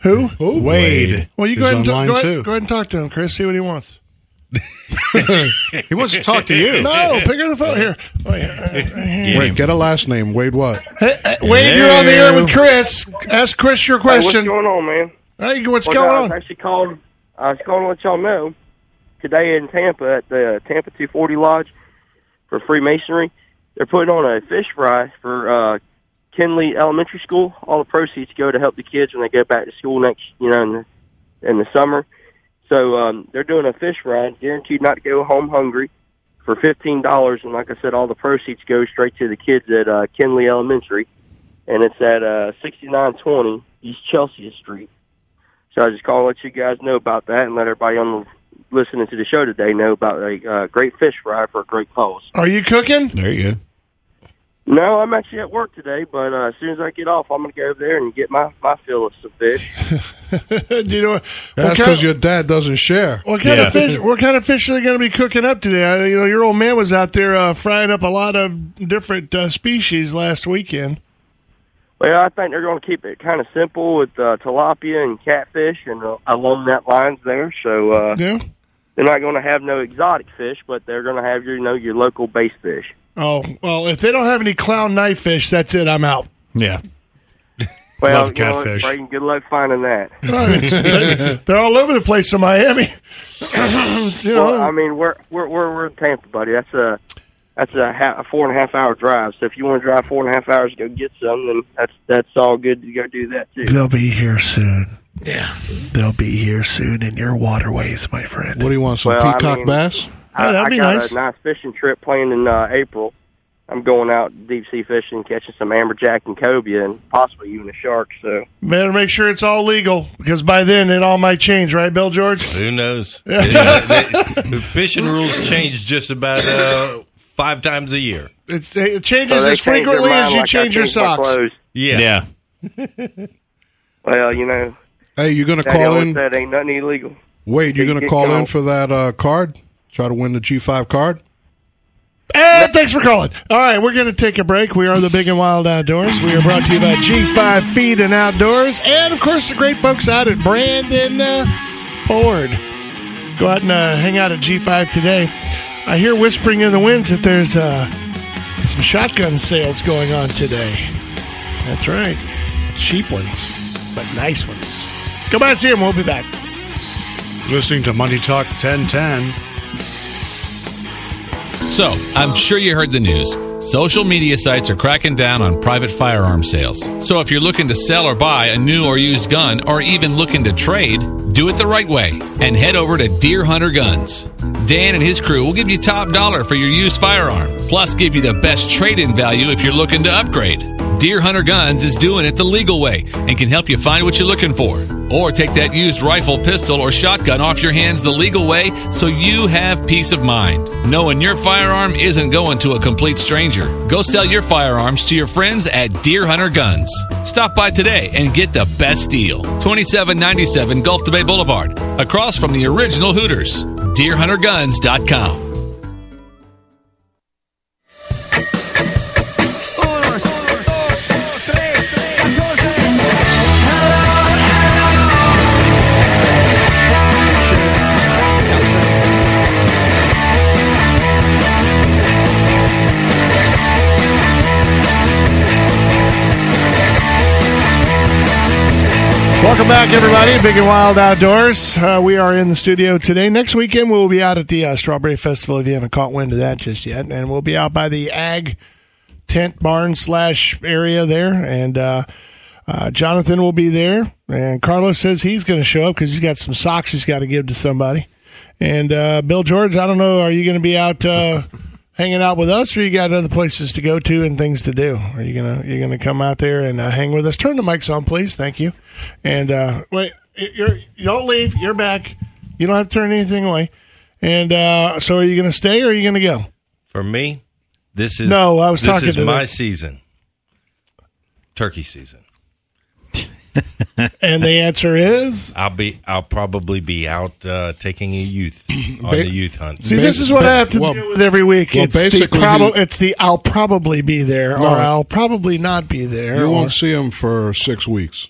Speaker 2: who.
Speaker 6: Wade.
Speaker 2: Well, you go
Speaker 6: is
Speaker 2: ahead, and talk,
Speaker 6: online
Speaker 2: go, ahead,
Speaker 6: too.
Speaker 2: go ahead and talk to him, Chris. See what he wants.
Speaker 6: He wants to talk to you.
Speaker 2: No, pick up the phone here. Oh, yeah.
Speaker 3: Get
Speaker 4: Wait,
Speaker 3: him.
Speaker 4: get a last name. Wade what?
Speaker 2: Hey, hey, Wade, you're on the air with Chris. Ask Chris your
Speaker 10: Hey, what's
Speaker 2: question.
Speaker 10: going on, man?
Speaker 2: Hey, what's
Speaker 10: Well,
Speaker 2: going
Speaker 10: I was
Speaker 2: on?
Speaker 10: actually called. I was calling to let y'all know today in Tampa at the Tampa 240 Lodge for Freemasonry. They're putting on a fish fry for uh, Kinley Elementary School. All the proceeds go to help the kids when they go back to school next, you know, in the, in the summer. So um, they're doing a fish fry, guaranteed not to go home hungry, for fifteen dollars. And like I said, all the proceeds go straight to the kids at uh, Kinley Elementary, and it's at uh, 6920 East Chelsea Street. So I just call to let you guys know about that and let everybody on the, listening to the show today know about a uh, great fish fry for a great cause.
Speaker 2: Are you cooking?
Speaker 3: There you go.
Speaker 10: No, I'm actually at work today, but uh, as soon as I get off, I'm going to go over there and get my, my fill of some fish.
Speaker 2: Do you know what, what
Speaker 4: That's
Speaker 2: kind,
Speaker 4: because
Speaker 2: of,
Speaker 4: your dad doesn't share.
Speaker 2: what kind
Speaker 3: Yeah.
Speaker 2: of fish? What kind of fish are they going to be cooking up today? I, you know, your old man was out there uh, frying up a lot of different uh, species last weekend.
Speaker 10: Well, I think they're going to keep it kind of simple with uh, tilapia and catfish and uh, along that lines there. So uh,
Speaker 2: Yeah.
Speaker 10: they're not going to have no exotic fish, but they're going to have your you know your local base fish.
Speaker 2: Oh well, if they don't have any clown knife fish, that's it. I'm out.
Speaker 3: Yeah.
Speaker 10: Well,
Speaker 6: Love
Speaker 10: you know what,
Speaker 6: catfish.
Speaker 10: Brayden, good luck finding that.
Speaker 2: Oh, They're all over the place in Miami. you know,
Speaker 10: Well, I mean, we're we're we're, we're in Tampa, buddy. That's a that's a, ha- a four and a half hour drive. So if you want to drive four and a half hours to go get some, then that's that's all good to go do that too.
Speaker 2: they'll be here soon. Yeah, they'll be here soon in your waterways, my friend.
Speaker 4: What do you want? Some
Speaker 10: Well, I
Speaker 4: peacock
Speaker 10: mean-
Speaker 4: bass?
Speaker 10: I,
Speaker 2: that'd
Speaker 10: I
Speaker 2: be
Speaker 10: got
Speaker 2: nice.
Speaker 10: a nice fishing trip planned in uh, April. I'm going out deep sea fishing, catching some amberjack and cobia, and possibly even a shark. So
Speaker 2: Better make sure it's all legal because by then it all might change, right, Bill George?
Speaker 5: Who knows? The Fishing rules change just about uh, five times a year.
Speaker 2: It's, it changes
Speaker 10: so they
Speaker 2: as
Speaker 10: change their
Speaker 2: frequently
Speaker 10: mind
Speaker 2: as you
Speaker 10: like I
Speaker 2: change your
Speaker 10: changed my
Speaker 2: socks.
Speaker 10: clothes.
Speaker 5: Yeah.
Speaker 3: Yeah.
Speaker 10: Well, you know,
Speaker 4: Hey, you gonna
Speaker 10: Daddy
Speaker 4: call
Speaker 10: always
Speaker 4: in?
Speaker 10: said ain't nothing illegal.
Speaker 4: Wade, you
Speaker 10: Hey,
Speaker 4: gonna
Speaker 10: get
Speaker 4: call in
Speaker 10: going.
Speaker 4: for that uh, card? Try to win the G5 card?
Speaker 2: And thanks for calling. All right, we're going to take a break. We are the Big and Wild Outdoors. We are brought to you by G5 Feed and Outdoors, and of course the great folks out at Brandon uh, Ford. Go out and uh, hang out at G5 today. I hear whispering in the winds that there's uh, some shotgun sales going on today. That's right, cheap ones, but nice ones. Come by and see them. We'll be back.
Speaker 6: Listening to Money Talk 1010.
Speaker 11: So, I'm sure you heard the news. Social media sites are cracking down on private firearm sales. So, if you're looking to sell or buy a new or used gun, or even looking to trade, do it the right way and head over to Deer Hunter Guns. Dan and his crew will give you top dollar for your used firearm, plus, give you the best trade in value if you're looking to upgrade. Deer Hunter Guns is doing it the legal way and can help you find what you're looking for. Or take that used rifle, pistol, or shotgun off your hands the legal way so you have peace of mind. Knowing your firearm isn't going to a complete stranger. Go sell your firearms to your friends at Deer Hunter Guns. Stop by today and get the best deal. 2797 Gulf Bay Boulevard, across from the original Hooters. DeerHunterGuns.com.
Speaker 2: Welcome back, everybody. Big and Wild Outdoors. Uh, we are in the studio today. Next weekend, we'll be out at the uh, Strawberry Festival if you haven't caught wind of that just yet. And we'll be out by the Ag Tent Barn slash area there. And uh, uh, Jonathan will be there. And Carlos says he's going to show up because he's got some socks he's got to give to somebody. And uh, Bill George, I don't know, are you going to be out uh, hanging out with us or you got other places to go to and things to do? Are you going to you going to come out there and uh, hang with us? Turn the mics on, please. Thank you. And uh, wait, You're, you don't leave. You're back. You don't have to turn anything away. And uh, so, are you going to stay or are you going to go?
Speaker 5: For me, this is
Speaker 2: No, I was
Speaker 5: this
Speaker 2: talking
Speaker 5: is
Speaker 2: to
Speaker 5: my
Speaker 2: the-
Speaker 5: season. Turkey season.
Speaker 2: And the answer is.
Speaker 5: I'll be. I'll probably be out uh, taking a youth on the youth hunt.
Speaker 2: See, this is what I have to deal with every week.
Speaker 5: Uh, well,
Speaker 2: it's, the
Speaker 5: basically
Speaker 2: prob-
Speaker 5: he-
Speaker 2: it's the I'll probably be there,
Speaker 4: No.
Speaker 2: or I'll probably not be there.
Speaker 4: You
Speaker 2: or-
Speaker 4: won't see him for six weeks.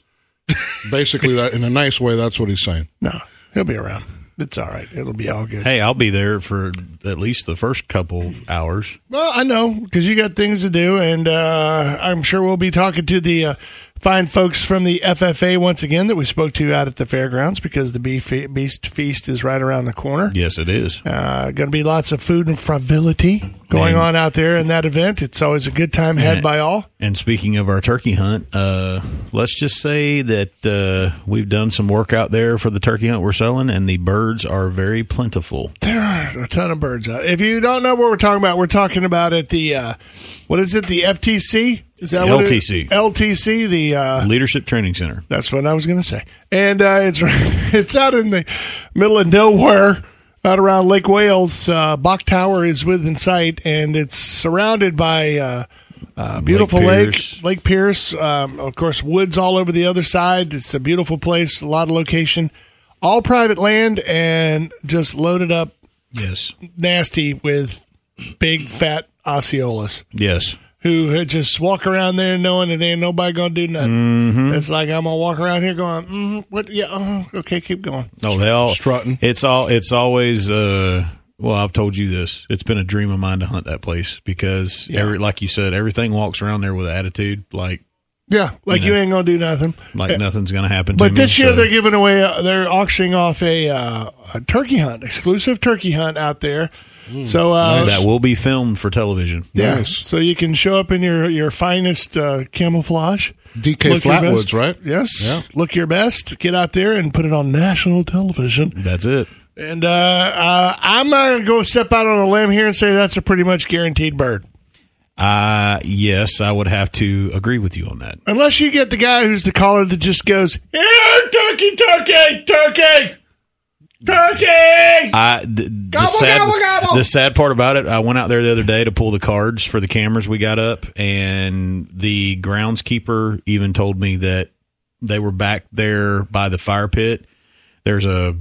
Speaker 4: Basically, that in a nice way, that's what he's saying.
Speaker 2: No, he'll be around. It's all right. It'll be all good.
Speaker 3: Hey, I'll be there for at least the first couple hours.
Speaker 2: Well, I know because you got things to do, and uh, I'm sure we'll be talking to the uh, fine folks from the FFA once again that we spoke to out at the fairgrounds because the Bee Fe- Beast Feast is right around the corner.
Speaker 3: Yes, it is.
Speaker 2: Uh, going to be lots of food and frivolity going on out there in that event. It's always a good time had by all.
Speaker 3: And speaking of our turkey hunt, uh, let's just say that uh, we've done some work out there for the turkey hunt we're selling, and the birds are very plentiful.
Speaker 2: There are a ton of birds out. If you don't know what we're talking about, we're talking about at the uh, what is it? The FTC is that what it is?
Speaker 3: LTC.
Speaker 2: LTC the uh,
Speaker 3: Leadership Training Center.
Speaker 2: That's what I was going to say. And uh, it's it's out in the middle of nowhere, out around Lake Wales. Uh, Bach Tower is within sight, and it's surrounded by uh, uh, beautiful
Speaker 3: Lake
Speaker 2: lake,
Speaker 3: Pierce.
Speaker 2: Lake Pierce. Um, of course, woods all over the other side. It's a beautiful place, a lot of location, all private land, and just loaded up
Speaker 3: Yes.
Speaker 2: nasty with big fat osceolas
Speaker 3: Yes.
Speaker 2: who had just walk around there knowing that ain't nobody gonna do nothing.
Speaker 3: Mm-hmm.
Speaker 2: It's like I'm gonna walk around here going, mm, "What? Yeah, uh, okay, keep going."
Speaker 3: Oh, they all strutting. It's all. It's always. Uh, well, I've told you this. It's been a dream of mine to hunt that place because every, like you said, everything walks around there with an attitude like
Speaker 2: Yeah, like you,
Speaker 3: You know.
Speaker 2: ain't gonna do nothing. Eh,
Speaker 3: like nothing's going to happen. to
Speaker 2: But
Speaker 3: me,
Speaker 2: this year
Speaker 3: so-
Speaker 2: they're giving away, uh, they're auctioning off a, uh, a turkey hunt, exclusive turkey hunt out there. So uh,
Speaker 3: Mm. that will be filmed for television.
Speaker 2: yeah, so you can show up in your your finest uh, camouflage.
Speaker 4: DK
Speaker 2: your
Speaker 4: Flatwoods,
Speaker 2: best.
Speaker 4: right?
Speaker 2: Yes.
Speaker 4: Yeah.
Speaker 2: Look your best. Get out there and put it on national television.
Speaker 3: That's it.
Speaker 2: And uh, uh, I'm not going to go step out on a limb here and say that's a pretty much guaranteed bird.
Speaker 3: Uh yes, I would have to agree with you on that.
Speaker 2: Unless you get the guy who's the caller that just goes, yeah, turkey, turkey, turkey, turkey.
Speaker 3: I th- the
Speaker 2: Gobble,
Speaker 3: sad
Speaker 2: gobble, gobble.
Speaker 3: the sad part about it, I went out there the other day to pull the cards for the cameras we got up, and the groundskeeper even told me that they were back there by the fire pit. There's a,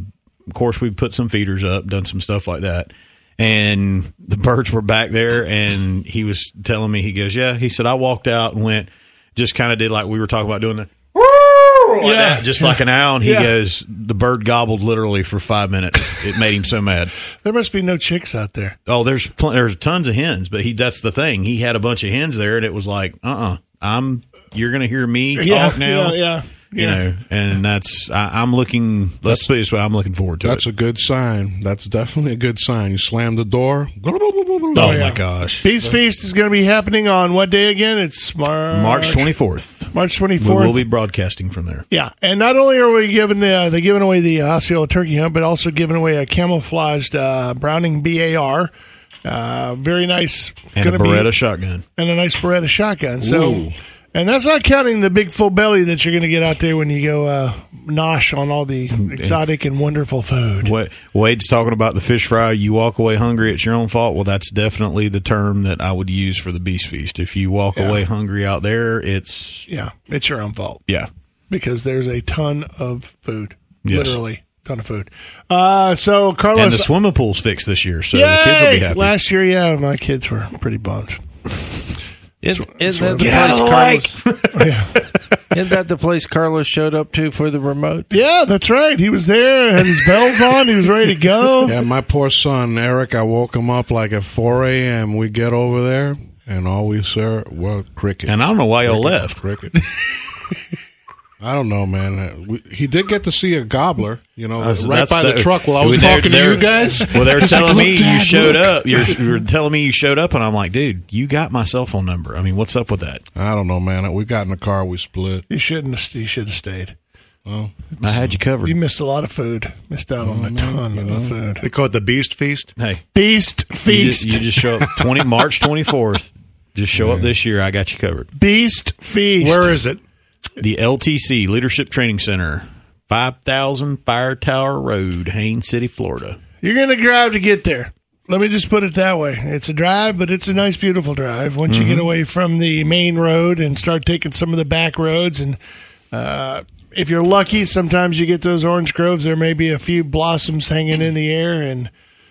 Speaker 3: of course, we put some feeders up, done some stuff like that, and the birds were back there, and he was telling me he goes, yeah, he said I walked out and went, just kind of did like we were talking about doing the. like
Speaker 2: Yeah.
Speaker 3: that, just like an owl, and he
Speaker 2: Yeah.
Speaker 3: goes, the bird gobbled literally for five minutes. It made him so mad.
Speaker 2: There must be no chicks out there.
Speaker 3: Oh, there's pl- there's tons of hens, but he that's the thing. He had a bunch of hens there, and it was like, uh, uh-uh, uh, i am you're gonna hear me talk
Speaker 2: Yeah,
Speaker 3: now,
Speaker 2: yeah, yeah,
Speaker 3: you
Speaker 2: yeah.
Speaker 3: know. And that's I, I'm looking. Let's put it this way, I'm looking forward to
Speaker 4: That's
Speaker 3: it.
Speaker 4: a good sign. That's definitely a good sign. You slam the door.
Speaker 3: oh
Speaker 2: yeah.
Speaker 3: my gosh,
Speaker 2: Peace Feast is going to be happening on what day again? It's March,
Speaker 3: March 24th,
Speaker 2: March
Speaker 3: we
Speaker 2: 24th.
Speaker 3: will be broadcasting from there.
Speaker 2: yeah, and not only are we giving the, uh, they giving away the Osceola turkey hunt, but also giving away a camouflaged uh, Browning BAR. Uh, very nice.
Speaker 3: And a
Speaker 2: Gonna be-
Speaker 3: Beretta shotgun.
Speaker 2: and a nice Beretta shotgun. So,
Speaker 4: Ooh.
Speaker 2: and that's not counting the big full belly that you're going to get out there when you go uh, nosh on all the
Speaker 3: Mm, eh.
Speaker 2: exotic and wonderful food.
Speaker 3: What Wade's talking about the fish fry. You walk away hungry. It's your own fault. Well, that's definitely the term that I would use for the beast feast. If you walk away hungry out there, it's
Speaker 2: Yeah, it's your own fault
Speaker 3: yeah.
Speaker 2: because there's a ton of food,
Speaker 3: Yes.
Speaker 2: literally ton of food. Uh, so
Speaker 3: And the
Speaker 2: Carlos,
Speaker 3: swimming pool's fixed this year, so the kids will be
Speaker 2: Yay!
Speaker 3: happy.
Speaker 2: Last year, yeah, my kids were pretty bummed.
Speaker 5: Is, isn't, that the
Speaker 3: Get out of the
Speaker 5: place Carlos, isn't that the place Carlos showed up to for the remote?
Speaker 2: Yeah, that's right. He was there, had his bells on, he was ready to go.
Speaker 4: Yeah, my poor son Eric. I woke him up like at 4 a.m. We get over there, and all we saw were crickets.
Speaker 3: And I don't know why y'all
Speaker 4: Cricket,
Speaker 3: left.
Speaker 4: Cricket. I don't know, man. Uh, we- He did get to see a gobbler, you know,
Speaker 3: That's-
Speaker 4: right
Speaker 3: that's
Speaker 4: by the,
Speaker 3: the-
Speaker 4: truck while I was
Speaker 3: they're-
Speaker 4: talking to
Speaker 3: they're-
Speaker 4: you guys.
Speaker 3: Well, they're
Speaker 4: He's like,
Speaker 3: telling
Speaker 4: "Look,
Speaker 3: me you
Speaker 4: Dad,
Speaker 3: showed
Speaker 4: look."
Speaker 3: up. You're, you're telling me you showed up, and I'm like, dude, you got my cell phone number. I mean, what's up with that?
Speaker 4: I don't know, man. We got in the car. We split.
Speaker 2: You shouldn't. have- You should have stayed.
Speaker 3: I had you covered.
Speaker 2: You missed a lot of food. Missed out on a ton of food.
Speaker 6: They call it the Beast Feast.
Speaker 3: Mm. hey,
Speaker 2: Beast
Speaker 3: you
Speaker 2: feast.
Speaker 3: just, you just show up twenty March twenty fourth. Just show up this year. I got you covered.
Speaker 2: Beast Feast.
Speaker 6: Where is it?
Speaker 3: The LTC Leadership Training Center, 5000 Fire Tower Road, Haines City, Florida.
Speaker 2: You're going to drive to get there. Let me just put it that way. It's a drive, but it's a nice, beautiful drive. Once you
Speaker 6: Mm-hmm.
Speaker 2: get away from the main road and start taking some of the back roads, and uh, if you're lucky, sometimes you get those orange groves. There may be a few blossoms hanging in the air, and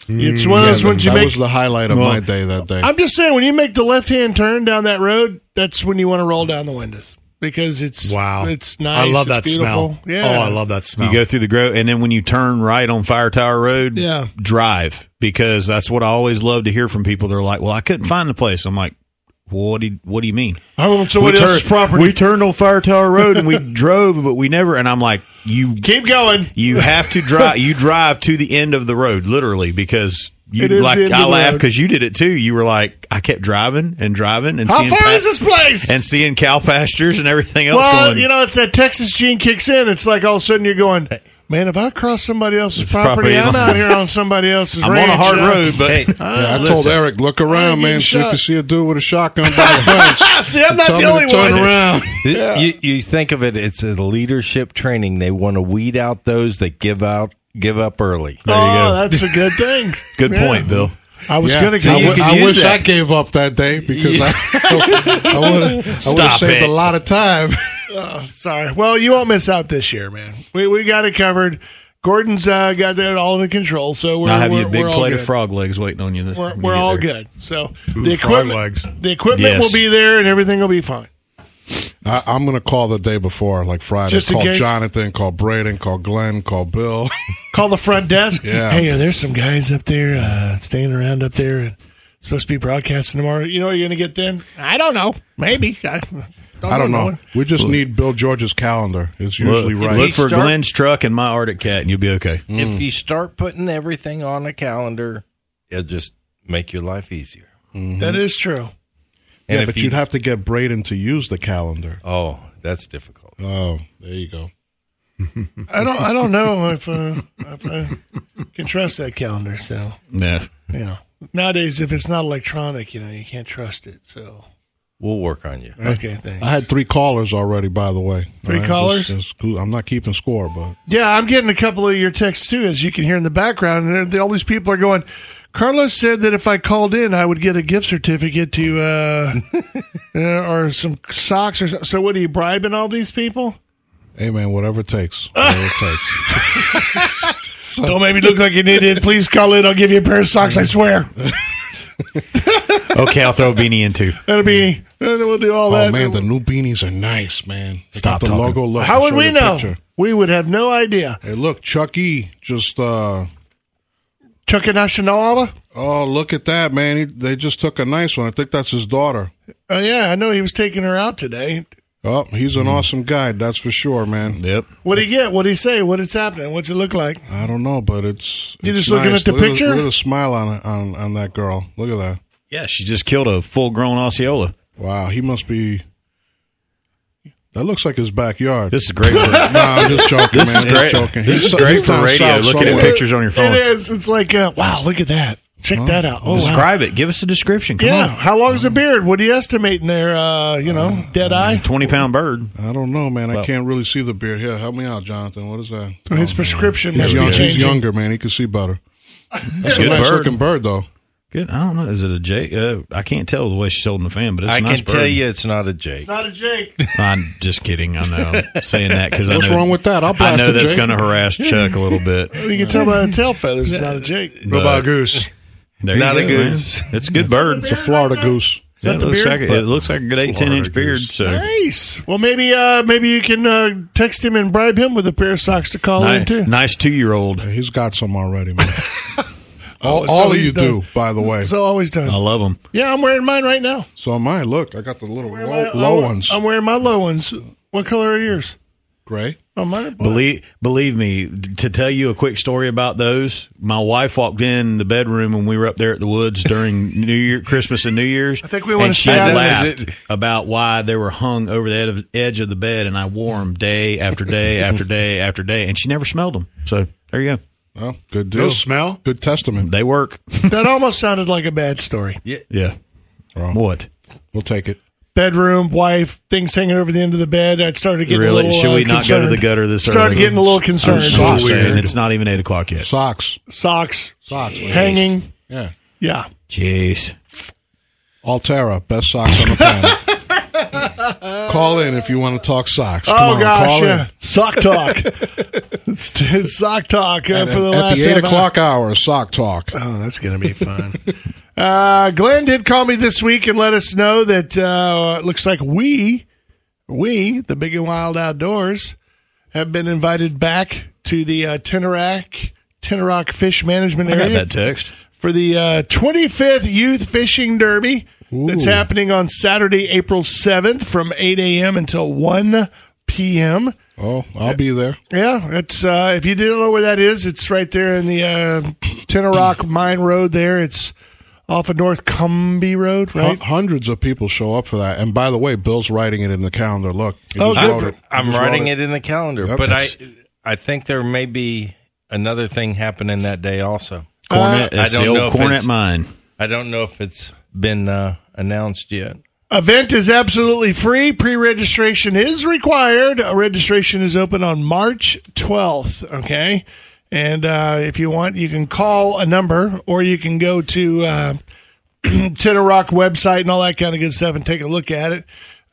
Speaker 2: it's one of those
Speaker 4: Mm, Yeah,
Speaker 2: ones you
Speaker 4: that
Speaker 2: make.
Speaker 4: was the highlight of
Speaker 2: Well,
Speaker 4: my day that day.
Speaker 2: I'm just saying, when you make the left hand turn down that road, that's when you want to roll down the windows because it's
Speaker 6: Wow.
Speaker 2: it's
Speaker 6: I
Speaker 2: nice.
Speaker 6: love
Speaker 2: it's
Speaker 6: that
Speaker 2: beautiful.
Speaker 6: smell.
Speaker 2: Yeah.
Speaker 6: Oh, I love that smell.
Speaker 3: You go through the grove, and then when you turn right on Fire Tower Road,
Speaker 2: Yeah.
Speaker 3: drive because that's what I always love to hear from people. They're like, "Well, I couldn't find the place." I'm like, "What do you, What do you mean?"
Speaker 2: I want somebody
Speaker 3: we
Speaker 2: else's property.
Speaker 3: We turned on Fire Tower Road and we drove, but we never. And I'm like, "You
Speaker 2: Keep going.
Speaker 3: you have to drive. You drive to the end of the road, literally, because." You
Speaker 2: It is
Speaker 3: like
Speaker 2: the end of
Speaker 3: I
Speaker 2: the
Speaker 3: laughed
Speaker 2: road.
Speaker 3: because you did it too. You were like, I kept driving and driving and
Speaker 2: How
Speaker 3: seeing
Speaker 2: far
Speaker 3: pa-
Speaker 2: is this place?
Speaker 3: and seeing cow pastures and everything else.
Speaker 2: well,
Speaker 3: going,
Speaker 2: you know, it's that Texas gene kicks in. It's like all of a sudden you're going, man, if I cross somebody else's property,
Speaker 3: property, I'm-
Speaker 2: I'm out here on somebody else's
Speaker 3: I'm
Speaker 2: ranch.
Speaker 3: on a hard
Speaker 2: uh,
Speaker 3: road, but
Speaker 5: Hey,
Speaker 4: Yeah, I told
Speaker 5: listen.
Speaker 4: Eric, look around, man. See if
Speaker 2: shot.
Speaker 4: you see a dude with a shotgun by the fence.
Speaker 2: See, I'm not
Speaker 4: Tell
Speaker 2: the
Speaker 4: me to
Speaker 2: only
Speaker 4: turn
Speaker 2: one.
Speaker 4: around.
Speaker 5: You, you think of it, it's a leadership training. They want to weed out those that give out, give up early.
Speaker 3: There you
Speaker 2: oh,
Speaker 3: go.
Speaker 2: that's a good thing.
Speaker 3: good
Speaker 2: Yeah.
Speaker 3: point, Bill.
Speaker 2: I was
Speaker 4: Yeah. I,
Speaker 2: going to go.
Speaker 4: w-
Speaker 5: could
Speaker 4: I
Speaker 5: use
Speaker 4: wish
Speaker 5: that.
Speaker 4: I gave up that day because I, I would have
Speaker 3: Stop
Speaker 4: saved
Speaker 3: it.
Speaker 4: a lot of time.
Speaker 2: Oh, Sorry. Well, you won't miss out this year, man. We, we got it covered. Gordon's uh, got that all under control, so we're
Speaker 3: I'll have
Speaker 2: we're,
Speaker 3: you a big
Speaker 2: we're all
Speaker 3: plate
Speaker 2: good.
Speaker 3: of frog legs waiting on you. This,
Speaker 2: We're,
Speaker 3: when you
Speaker 2: we're
Speaker 3: get
Speaker 2: all
Speaker 3: there.
Speaker 2: good. So
Speaker 6: Ooh,
Speaker 2: the
Speaker 6: frog
Speaker 2: equipment,
Speaker 6: legs.
Speaker 2: the equipment
Speaker 3: Yes.
Speaker 2: will be there, and everything will be fine.
Speaker 4: I, I'm going to call the day before, like Friday.
Speaker 2: Just in
Speaker 4: call
Speaker 2: case.
Speaker 4: Jonathan, call Braden, call Glenn, call Bill.
Speaker 2: call the front desk.
Speaker 4: Yeah.
Speaker 2: Hey, there's some guys up there uh, staying around up there and supposed to be broadcasting tomorrow. You know what you're going to get then? I don't know. Maybe. I don't,
Speaker 4: I don't know. We just need Bill George's calendar. It's usually
Speaker 3: Look,
Speaker 4: right.
Speaker 3: look for
Speaker 5: Start-
Speaker 3: Glenn's truck and my Arctic cat, and you'll be okay.
Speaker 2: Mm.
Speaker 4: Mm.
Speaker 5: If you start putting everything on a calendar, it'll just make your life easier.
Speaker 2: That is
Speaker 5: And
Speaker 2: true.
Speaker 4: Mm-hmm. yeah,
Speaker 5: if
Speaker 4: but
Speaker 5: you-
Speaker 4: you'd have to get Braden to use the calendar.
Speaker 5: Oh, that's difficult.
Speaker 4: Oh, there you go.
Speaker 2: I don't. I don't know if, uh, if I can trust that calendar. So
Speaker 3: Yeah.
Speaker 2: you know, nowadays if it's not electronic, you know, you can't trust it. So
Speaker 5: We'll work on you.
Speaker 2: okay, thanks.
Speaker 4: I had three callers already, by the way.
Speaker 2: Three
Speaker 4: All just-
Speaker 2: callers?
Speaker 4: just- I'm not keeping score, but
Speaker 2: Yeah, I'm getting a couple of your texts too, as you can hear in the background. And all these people are going. Carlos said that if I called in, I would get a gift certificate to uh, uh, or some socks or so. so. What are you bribing all these people?
Speaker 4: hey, man, whatever it takes. Whatever it takes.
Speaker 2: Don't make me look like an idiot. Please call in. I'll give you a pair of socks. I swear.
Speaker 3: Okay, I'll throw a beanie in too.
Speaker 2: That'll be. and We'll do all that.
Speaker 4: Oh, man, the new beanies are nice, man. They
Speaker 3: Stop
Speaker 4: got the
Speaker 3: talking.
Speaker 4: logo look.
Speaker 2: How would
Speaker 4: Show
Speaker 2: we
Speaker 4: the
Speaker 2: know?
Speaker 4: picture.
Speaker 2: We would have no idea.
Speaker 4: Hey, look, Chuck E. Just, uh,
Speaker 2: Chucky Nationala.
Speaker 4: oh, look at that, man. He, they just took a nice one. I think that's his daughter.
Speaker 2: Oh yeah, I know he was taking her out today.
Speaker 4: Oh, he's an awesome guy, that's for sure, man.
Speaker 3: Yep.
Speaker 2: What would Hmm. he get? What would he say? What is happening? What's it look like?
Speaker 4: I don't know, but it's.
Speaker 2: You
Speaker 4: it's
Speaker 2: just looking
Speaker 4: nice.
Speaker 2: at the
Speaker 4: Look the-
Speaker 2: picture?
Speaker 4: Look at the smile on, on on that girl. Look at that.
Speaker 3: Yeah, she just killed a full grown Osceola.
Speaker 4: Wow, he must be. That looks like his backyard.
Speaker 3: This is great. For,
Speaker 4: no, I'm just joking,
Speaker 3: this
Speaker 4: man.
Speaker 3: is
Speaker 4: I'm
Speaker 3: great.
Speaker 4: just joking.
Speaker 3: This is
Speaker 4: He's-
Speaker 3: great
Speaker 4: he's
Speaker 3: for
Speaker 4: down
Speaker 3: radio.
Speaker 4: south
Speaker 3: Looking at
Speaker 4: somewhere.
Speaker 3: pictures on your phone.
Speaker 2: It is. It's like uh, wow. Look at that. Check that out. Oh, wow.
Speaker 3: Describe it. Give us a description. Come
Speaker 2: Yeah. How long's the beard? What do you estimate in there? Uh, you know, dead
Speaker 3: on.
Speaker 2: eye?
Speaker 3: Twenty pound bird.
Speaker 4: I don't know, man. I can't really see the beard. Here, help me out, Jonathan. What is that?
Speaker 2: His prescription
Speaker 4: He's,
Speaker 2: must
Speaker 4: young,
Speaker 2: be
Speaker 4: he's
Speaker 2: changing.
Speaker 4: younger, man. He can see better. That's
Speaker 3: good
Speaker 4: a nice
Speaker 3: bird.
Speaker 4: looking bird, though.
Speaker 3: Good. I don't know. Is it a J? Uh, I can't tell the way she's holding the fan, but it's a
Speaker 5: I
Speaker 3: nice
Speaker 5: can tell
Speaker 3: bird.
Speaker 5: you it's not a Jake.
Speaker 2: Not a Jake.
Speaker 3: I'm just kidding. I know. I'm saying that because
Speaker 4: What's wrong with that? I'll
Speaker 3: I
Speaker 4: blast
Speaker 3: know
Speaker 4: it,
Speaker 3: that's
Speaker 4: Jake.
Speaker 3: going to harass Chuck a little bit.
Speaker 2: You can tell by the tail feathers. It's not a Jake. Is
Speaker 6: What about
Speaker 3: But
Speaker 6: Goose?
Speaker 3: there you
Speaker 5: Not a
Speaker 3: go, man.
Speaker 5: goose.
Speaker 3: It's a good bird.
Speaker 4: It's a Florida goose.
Speaker 2: that
Speaker 3: Yeah, it,
Speaker 2: the
Speaker 3: looks
Speaker 2: beard?
Speaker 3: like, a- it looks like a good 18 inch beard.
Speaker 4: goose.
Speaker 3: So
Speaker 2: Nice. Well, maybe uh, maybe you can uh, text him and bribe him with a pair of socks to call in too.
Speaker 3: nice, nice two year old.
Speaker 4: He's got some already, man. all
Speaker 2: so
Speaker 4: all of
Speaker 2: he's
Speaker 4: you
Speaker 2: Oh, done.
Speaker 4: do, by the way.
Speaker 2: So always done.
Speaker 3: I love them.
Speaker 2: yeah, I'm wearing mine right now.
Speaker 4: So am I. Look, I got the little low,
Speaker 2: I- I'm-
Speaker 4: low ones.
Speaker 2: I'm wearing my low ones. What color are yours?
Speaker 4: Gray.
Speaker 2: Oh, mine are black.
Speaker 3: Believe believe me, to tell you a quick story about those. My wife walked in the bedroom when we were up there at the woods during New Year, Christmas and New Year's. I
Speaker 2: think we wanna
Speaker 3: and she
Speaker 2: stay out of
Speaker 3: laughed
Speaker 5: this.
Speaker 3: about why they were hung over the ed- of- edge of the bed, and I wore them day after day after day after day, and she never smelled them. So there you go.
Speaker 4: Well, good deal.
Speaker 6: No smell?
Speaker 4: Good testament.
Speaker 3: They work.
Speaker 2: That almost sounded like a bad story.
Speaker 3: Yeah. What?
Speaker 4: We'll take it.
Speaker 2: bedroom, wife, things hanging over the end of the bed. I started getting a
Speaker 3: really,
Speaker 2: little,
Speaker 3: should
Speaker 2: uh,
Speaker 3: we not go to the
Speaker 2: concerned.
Speaker 3: gutter this
Speaker 2: Started
Speaker 3: early?
Speaker 2: getting a little concerned.
Speaker 3: I'm so saying it's not even eight o'clock yet.
Speaker 4: Socks.
Speaker 2: Socks.
Speaker 4: Socks.
Speaker 2: Hanging.
Speaker 4: Yeah.
Speaker 2: Yeah.
Speaker 3: Jeez.
Speaker 4: Altera, best socks on the planet. Call in if you want to talk socks. Come
Speaker 2: oh
Speaker 4: on,
Speaker 2: gosh,
Speaker 4: call
Speaker 2: yeah.
Speaker 4: in.
Speaker 2: sock talk. it's, it's sock talk uh,
Speaker 4: At,
Speaker 2: for the
Speaker 4: at
Speaker 2: last
Speaker 4: the eight
Speaker 2: half hour.
Speaker 4: o'clock hour, sock talk.
Speaker 2: Oh, that's going to be fun. uh, Glenn did call me this week and let us know that uh, it looks like we, we, the Big and Wild Outdoors, have been invited back to the uh, Tenerac, Tenerac Fish Management
Speaker 3: I got
Speaker 2: Area
Speaker 3: that text.
Speaker 2: for the uh, 25th Youth Fishing Derby that's happening on Saturday, April 7th from 8 a.m. until 1 p.m.
Speaker 4: Oh, I'll be there.
Speaker 2: Yeah, it's uh, if you didn't know where that is, it's right there in the uh, Tenor Rock Mine Road. There, it's off of North Cumbie Road,
Speaker 4: Hun-
Speaker 2: right?
Speaker 4: Hundreds of people show up for that. And by the way, Bill's writing it in the calendar. Look, he
Speaker 2: Oh,
Speaker 4: just
Speaker 2: good
Speaker 4: wrote
Speaker 2: for-
Speaker 4: it. He
Speaker 5: I'm
Speaker 4: just wrote
Speaker 5: writing it in the calendar,
Speaker 4: Yep,
Speaker 5: but I
Speaker 4: that's-
Speaker 5: I think there may be another thing happening that day also.
Speaker 3: Cornet,
Speaker 2: Uh,
Speaker 5: I
Speaker 3: it's
Speaker 5: don't
Speaker 3: the
Speaker 5: know
Speaker 3: old
Speaker 5: if
Speaker 3: cornet
Speaker 5: it's-
Speaker 3: mine.
Speaker 5: I don't know if it's been uh, announced yet.
Speaker 2: Event is absolutely free. Pre-registration is required. Uh, Registration is open on March 12th. Okay, and uh, if you want, you can call a number or you can go to uh, Tenor Rock website and all that kind of good stuff and take a look at it.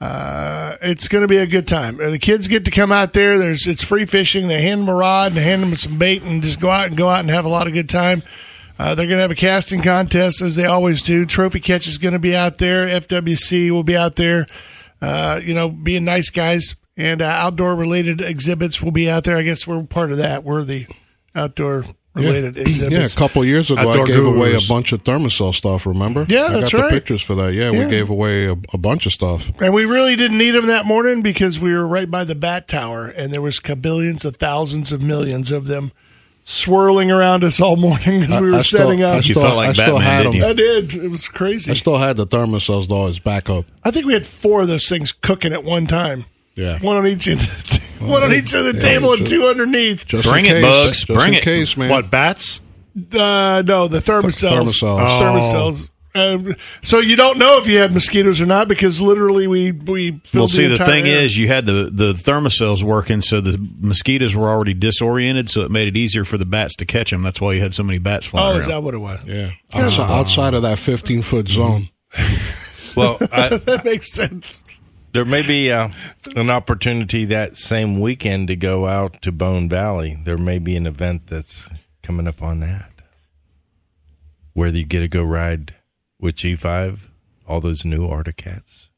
Speaker 2: Uh, it's going to be a good time. Uh, The kids get to come out there. There's it's free fishing. They hand them a rod and they hand them some bait and just go out and go out and have a lot of good time. Uh, they're going to have a casting contest as they always do. Trophy catch is going to be out there. FWC will be out there. Uh, you know, being nice guys and uh, outdoor related exhibits will be out there. I guess we're part of that. We're the outdoor related
Speaker 4: it.
Speaker 2: exhibits.
Speaker 4: Yeah, a couple years ago, I
Speaker 3: Outdoor
Speaker 4: gave away a
Speaker 3: gurus.
Speaker 4: bunch of Thermosol stuff. Remember?
Speaker 2: Yeah,
Speaker 4: I
Speaker 2: that's
Speaker 4: got
Speaker 2: right.
Speaker 4: the pictures for that. Yeah,
Speaker 2: Yeah.
Speaker 4: we gave away a, a bunch of stuff.
Speaker 2: And we really didn't need them that morning because we were right by the bat tower, and there was cabillions of thousands of millions of them swirling around us all morning as we were setting
Speaker 4: still, I
Speaker 2: up.
Speaker 3: You
Speaker 4: still-
Speaker 3: felt like
Speaker 4: I still
Speaker 3: Batman,
Speaker 4: had
Speaker 3: didn't
Speaker 4: them.
Speaker 3: you?
Speaker 2: I did. It was crazy.
Speaker 4: I still had the thermosols though as backup.
Speaker 2: I think we had four of those things cooking at one time.
Speaker 4: Yeah.
Speaker 2: one on each end, of the ta- one on each end of the
Speaker 4: yeah,
Speaker 2: table, and
Speaker 4: just-
Speaker 2: two underneath.
Speaker 4: Just
Speaker 3: Bring
Speaker 4: in
Speaker 3: it,
Speaker 4: case,
Speaker 3: Bugs.
Speaker 4: Just
Speaker 3: Bring
Speaker 4: in
Speaker 3: it.
Speaker 4: case, man.
Speaker 6: What bats?
Speaker 2: Uh, no, the thermocells.
Speaker 4: Thermocells.
Speaker 2: Thermocells. Um, so you don't know if you had mosquitoes or not because literally we we filled
Speaker 3: Well, see, the
Speaker 2: entire
Speaker 3: thing
Speaker 2: area.
Speaker 3: is, you had the the thermocells working, so the mosquitoes were already disoriented, so it made it easier for the bats to catch them. That's why you had so many bats flying
Speaker 2: oh,
Speaker 3: around.
Speaker 2: is that what it was?
Speaker 4: Yeah. Outside, outside of that 15
Speaker 2: Mhm.
Speaker 4: foot zone.
Speaker 5: Well, I,
Speaker 2: That makes sense.
Speaker 5: there may be uh, an opportunity that same weekend to go out to Bone Valley. There may be an event that's coming up on that where you get to go ride with G5, all those new Articats.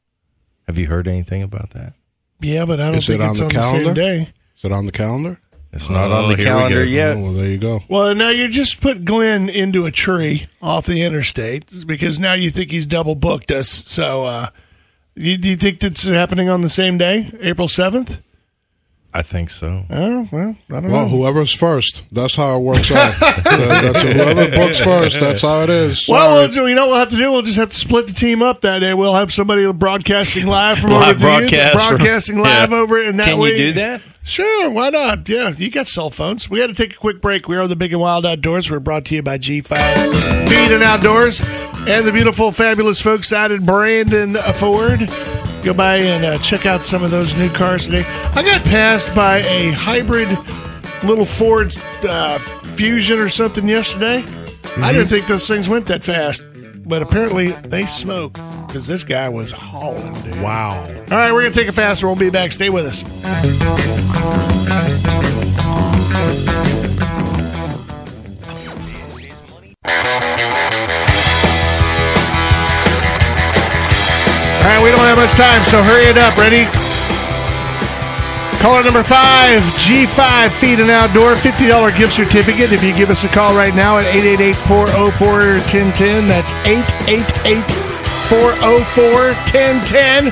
Speaker 5: Have you heard anything about that?
Speaker 2: Yeah, but I don't
Speaker 4: Is it
Speaker 2: think
Speaker 4: on
Speaker 2: it's
Speaker 4: the
Speaker 2: on the same
Speaker 4: calendar?
Speaker 2: day.
Speaker 4: Is it on the calendar?
Speaker 5: It's not
Speaker 3: Oh,
Speaker 5: on the
Speaker 3: here we go.
Speaker 5: calendar
Speaker 4: Oh,
Speaker 5: yet.
Speaker 4: well, there you go.
Speaker 2: Well, now you just put Glenn into a tree off the interstate because now you think he's double booked us. So, uh, you, do you think that's happening on the same day, April seventh?
Speaker 5: I think so.
Speaker 2: Oh well, I don't
Speaker 4: Well,
Speaker 2: know.
Speaker 4: whoever's first, that's how it works out. That- that's whoever books first, that's how it is.
Speaker 2: Well,
Speaker 4: Sorry.
Speaker 2: we'll do- you know what we'll have to do? We'll just have to split the team up that day. We'll have somebody broadcasting live from
Speaker 3: Live
Speaker 2: over the youth-
Speaker 3: broadcast from-
Speaker 2: broadcasting live
Speaker 3: Yeah.
Speaker 2: over it, and that
Speaker 5: Can
Speaker 2: way
Speaker 5: you do that?
Speaker 2: Sure, why not? Yeah, you got cell phones. We got to take a quick break. We are the Big and Wild Outdoors. We're brought to you by G5 Feed and Outdoors and the beautiful, fabulous folks out at Brandon Ford. Go by and uh, check out some of those new cars today. I got passed by a hybrid little Ford uh, Fusion or something yesterday. I didn't think those things went that fast, but apparently they smoke because this guy was
Speaker 4: Oh,
Speaker 2: hauling, dude.
Speaker 6: Wow.
Speaker 2: All right, we're going to take a fast. We'll be back. Stay with us. All right, we don't have much time, so hurry it up. Ready? Caller number five, G5 Feed and Outdoor, $50 gift certificate. If you give us a call right now at 888 404 1010, that's 888 404 1010.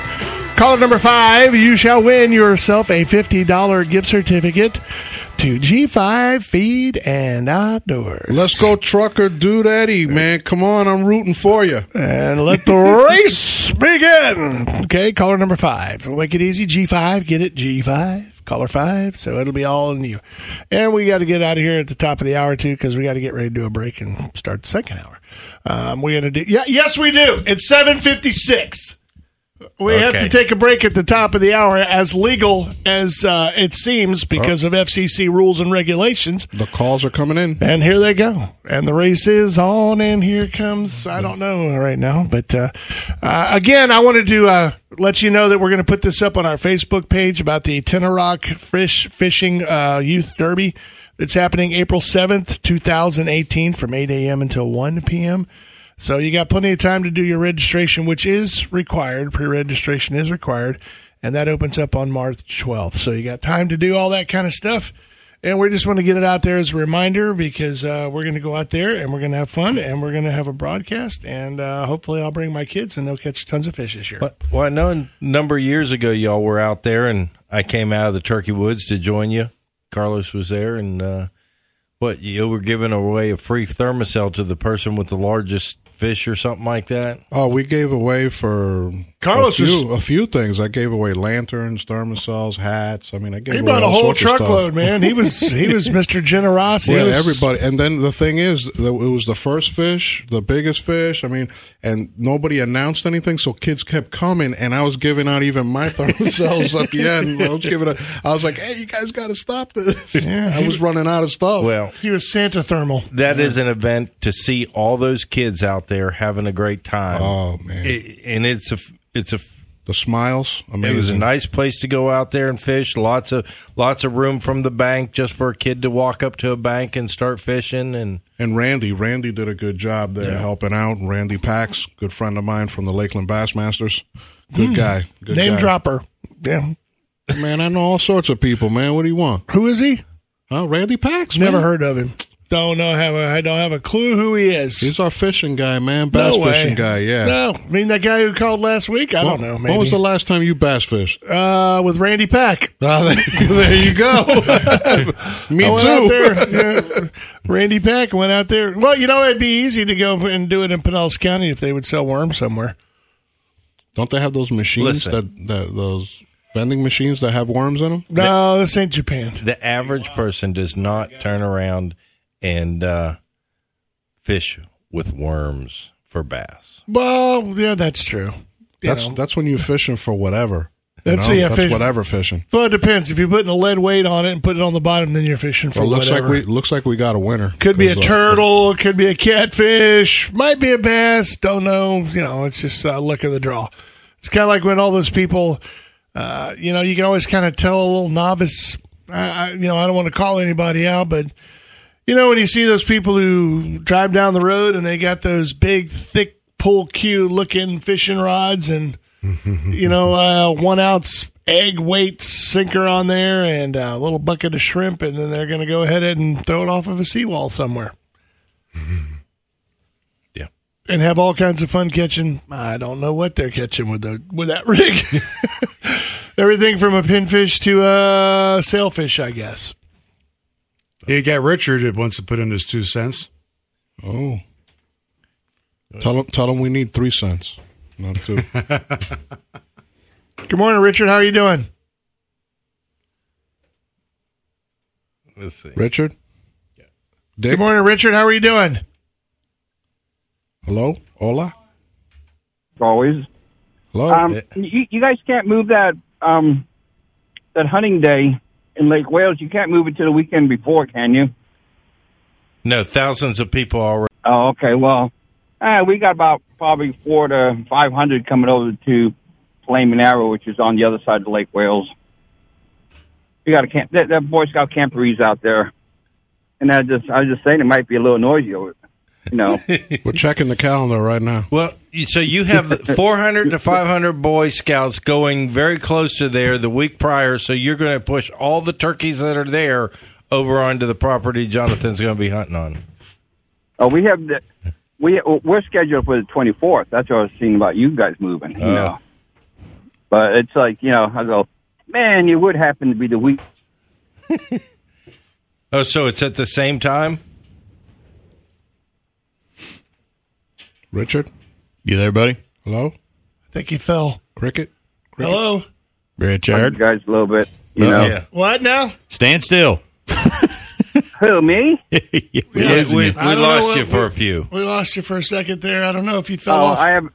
Speaker 2: Caller number five, you shall win yourself a $50 gift certificate to G5 Feed and Outdoors.
Speaker 4: Let's go, trucker dude Eddie, man. Come on, I'm rooting for you.
Speaker 2: And let the race begin. Okay, caller number five. We'll make it easy. G5, get it? G5, caller five. So it'll be all in you. And we got to get out of here at the top of the hour, too, because we got to get ready to do a break and start the second hour. Um, we're going to do, yeah, yes, we do. It's 756. We have
Speaker 5: Okay.
Speaker 2: to take a break at the top of the hour, as legal as uh, it seems because of FCC rules and regulations.
Speaker 4: The calls are coming in.
Speaker 2: And here they go. And the race is on, and here comes, I don't know right now. But uh, uh, again, I wanted to uh, let you know that we're going to put this up on our Facebook page about the Tinnarock Fish Fishing uh, Youth Derby. It's happening April 7th, 2018, from 8 a.m. until 1 p.m. So you got plenty of time to do your registration, which is required. Pre registration is required. And that opens up on March 12th. So you got time to do all that kind of stuff. And we just want to get it out there as a reminder because uh, we're going to go out there and we're going to have fun and we're going to have a broadcast. And uh, hopefully, I'll bring my kids and they'll catch tons of fish this year.
Speaker 5: But, well, I know a number of years ago y'all were out there, and I came out of the Turkey Woods to join you. Carlos was there, and uh, what you were giving away a free thermocell to the person with the largest fish or something like that.
Speaker 4: Oh, we gave away for
Speaker 5: Carlos
Speaker 4: a
Speaker 5: is-
Speaker 4: few, a few things. I gave away lanterns, thermocells, hats. I mean, I gave
Speaker 2: He
Speaker 4: away
Speaker 2: brought a
Speaker 4: all
Speaker 2: whole
Speaker 4: sorts of stuff.
Speaker 2: truckload, man. He was he was Mr. Generosity.
Speaker 4: Yeah,
Speaker 2: He was-
Speaker 4: everybody. And then the thing is, the- it was the first fish, the biggest fish. I mean, and nobody announced anything, so kids kept coming, and I was giving out even my thermocells at the end. I was giving. A, I was like, "Hey, you guys got to stop this." I was running out of stuff.
Speaker 5: Well,
Speaker 2: He was Santa Thermal.
Speaker 5: That is an event to see all those kids out there having a great time.
Speaker 4: Oh man!
Speaker 5: and it's a it's a
Speaker 4: the smiles.
Speaker 5: It was a
Speaker 4: Amazing.
Speaker 5: nice place to go out there and fish. Lots of lots of room from the bank just for a kid to walk up to a bank and start fishing. And
Speaker 4: And Randy, Randy did a good job there helping out. Randy Pax, good friend of mine from the Lakeland Bassmasters, good
Speaker 2: Hmm.
Speaker 4: guy. Good
Speaker 2: Name
Speaker 4: guy.
Speaker 2: dropper. Yeah.
Speaker 4: Man, I know all sorts of people. Man, what do you want?
Speaker 2: Who is he?
Speaker 4: Huh? Randy Pax.
Speaker 2: Never
Speaker 4: man.
Speaker 2: heard of him. Don't know have a, I don't have a clue who he is.
Speaker 4: He's our fishing guy, man. Bass
Speaker 2: No way.
Speaker 4: fishing guy. Yeah.
Speaker 2: No, I mean that guy who called last week. I
Speaker 4: When-
Speaker 2: don't know. Maybe.
Speaker 4: When was the last time you bass fished?
Speaker 2: uh, with Randy Pack.
Speaker 4: Ah, there, there you go. Me
Speaker 2: I went out
Speaker 4: too.
Speaker 2: there, yeah. Randy Pack went out there. Well, you know it'd be easy to go and do it in Pinellas County if they would sell worms somewhere.
Speaker 4: Don't they have those machines
Speaker 5: Listen.
Speaker 4: that, that those vending machines that have worms in them?
Speaker 2: No, Oh, this ain't Japan.
Speaker 5: the average person does not turn around and uh, fish with worms for bass.
Speaker 2: Well, yeah, that's true. You
Speaker 4: That's
Speaker 2: know.
Speaker 4: that's when you're fishing for whatever. You
Speaker 2: That's-
Speaker 4: know?
Speaker 2: yeah,
Speaker 4: that's
Speaker 2: fish-
Speaker 4: whatever fishing.
Speaker 2: Well, it depends. If you're putting a lead weight on it and put it on the bottom, then you're fishing for
Speaker 4: Well, looks
Speaker 2: whatever.
Speaker 4: like we looks like we got a winner.
Speaker 2: could be a
Speaker 4: 'Cause, uh,
Speaker 2: turtle, it could be a catfish, might be a bass. Don't know. You know, it's just uh, luck of the draw. It's kind of like when all those people, uh, you know, you can always kind of tell a little novice. I, I, you know, I don't want to call anybody out, but you know, when you see those people who drive down the road and they got those big, thick pull cue looking fishing rods and you know, uh, one ounce egg weight sinker on there and a little bucket of shrimp, and then they're going to go ahead and throw it off of a seawall somewhere.
Speaker 5: Yeah.
Speaker 2: And have all kinds of fun catching. I don't know what they're catching with the with that rig. Everything from a pinfish to a sailfish, I guess.
Speaker 6: He got Richard that wants to put in his two cents.
Speaker 4: Oh. Tell them, tell them we need three cents, not two.
Speaker 2: Good morning, Richard. How are you doing?
Speaker 5: Let's see.
Speaker 4: Richard?
Speaker 2: Good
Speaker 4: Dick?
Speaker 2: morning, Richard. How are you doing?
Speaker 4: Hello? Hola?
Speaker 12: always.
Speaker 4: Hello?
Speaker 12: Um, you, you guys can't move that um, that hunting day in Lake Wales. You can't move it to the weekend before, can you?
Speaker 5: No, thousands of people already.
Speaker 12: Oh, okay. Well, uh, we got about probably four to five hundred coming over to Flaming Arrow, which is on the other side of Lake Wales. We got a camp. That, that Boy Scout camperies out there, and I just I was just saying it might be a little noisy over. You know,
Speaker 4: We're checking the calendar right now.
Speaker 5: Well, you- so you have 400 to 500 Boy Scouts going very close to there the week prior, so you're going to push all the turkeys that are there over onto the property Jonathan's going to be hunting on.
Speaker 12: oh, we have the we we're scheduled for the twenty fourth. That's what I was seeing about you guys moving. You know.
Speaker 5: Oh.
Speaker 12: But it's like, you know, I go, man, it would happen to be the week.
Speaker 5: Oh, so it's at the same time?
Speaker 4: Richard?
Speaker 3: You there, buddy?
Speaker 4: Hello?
Speaker 2: I think he fell.
Speaker 4: Cricket?
Speaker 2: Hello.
Speaker 12: You
Speaker 3: Richard,
Speaker 12: guys a little bit, you know.
Speaker 5: Yeah.
Speaker 2: What now?
Speaker 3: stand still.
Speaker 12: Who, me?
Speaker 3: We're
Speaker 5: We,
Speaker 3: losing
Speaker 5: we
Speaker 3: you.
Speaker 2: I don't know
Speaker 5: lost
Speaker 2: what-
Speaker 5: you for a few.
Speaker 2: We lost you for a second there. I don't know if you fell
Speaker 12: Oh,
Speaker 2: off.
Speaker 12: I have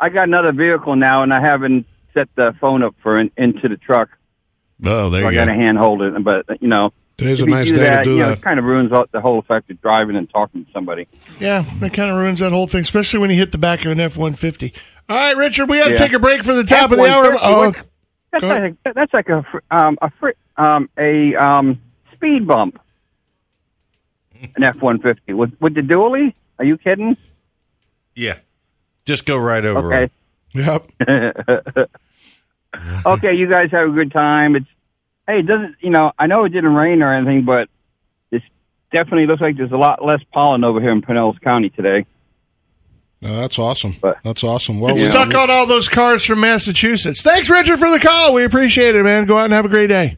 Speaker 12: I got another vehicle now, and I haven't set the phone up for in, into the truck.
Speaker 3: Oh, there
Speaker 12: so I
Speaker 3: you
Speaker 12: got
Speaker 3: go.
Speaker 12: to hand hold it, but you know,
Speaker 4: Today's
Speaker 12: if
Speaker 4: a
Speaker 12: you
Speaker 4: nice day to do
Speaker 12: you know,
Speaker 4: that.
Speaker 12: It kind of ruins all, the whole effect of driving and talking to somebody.
Speaker 2: Yeah, that kind of ruins that whole thing, especially when you hit the back of an F one fifty. All right, Richard, we got to
Speaker 12: Yeah.
Speaker 2: take a break for the top of the hour.
Speaker 12: F-150,
Speaker 2: Oh,
Speaker 12: what's- That's like a, that's like a fr- um, a fr- um, a um, speed bump. An F one fifty with with the dually? Are you kidding?
Speaker 5: Yeah. Just go right over.
Speaker 12: Okay.
Speaker 4: Yep.
Speaker 12: okay, you guys have a good time. It's hey, it doesn't you know? I know it didn't rain or anything, but it's definitely looks like there's a lot less pollen over here in Pinellas County today.
Speaker 4: No, that's awesome. That's awesome. Well,
Speaker 2: it's
Speaker 4: we-
Speaker 2: stuck on all those cars from Massachusetts. Thanks, Richard, for the call. We appreciate it, man. Go out and have a great day.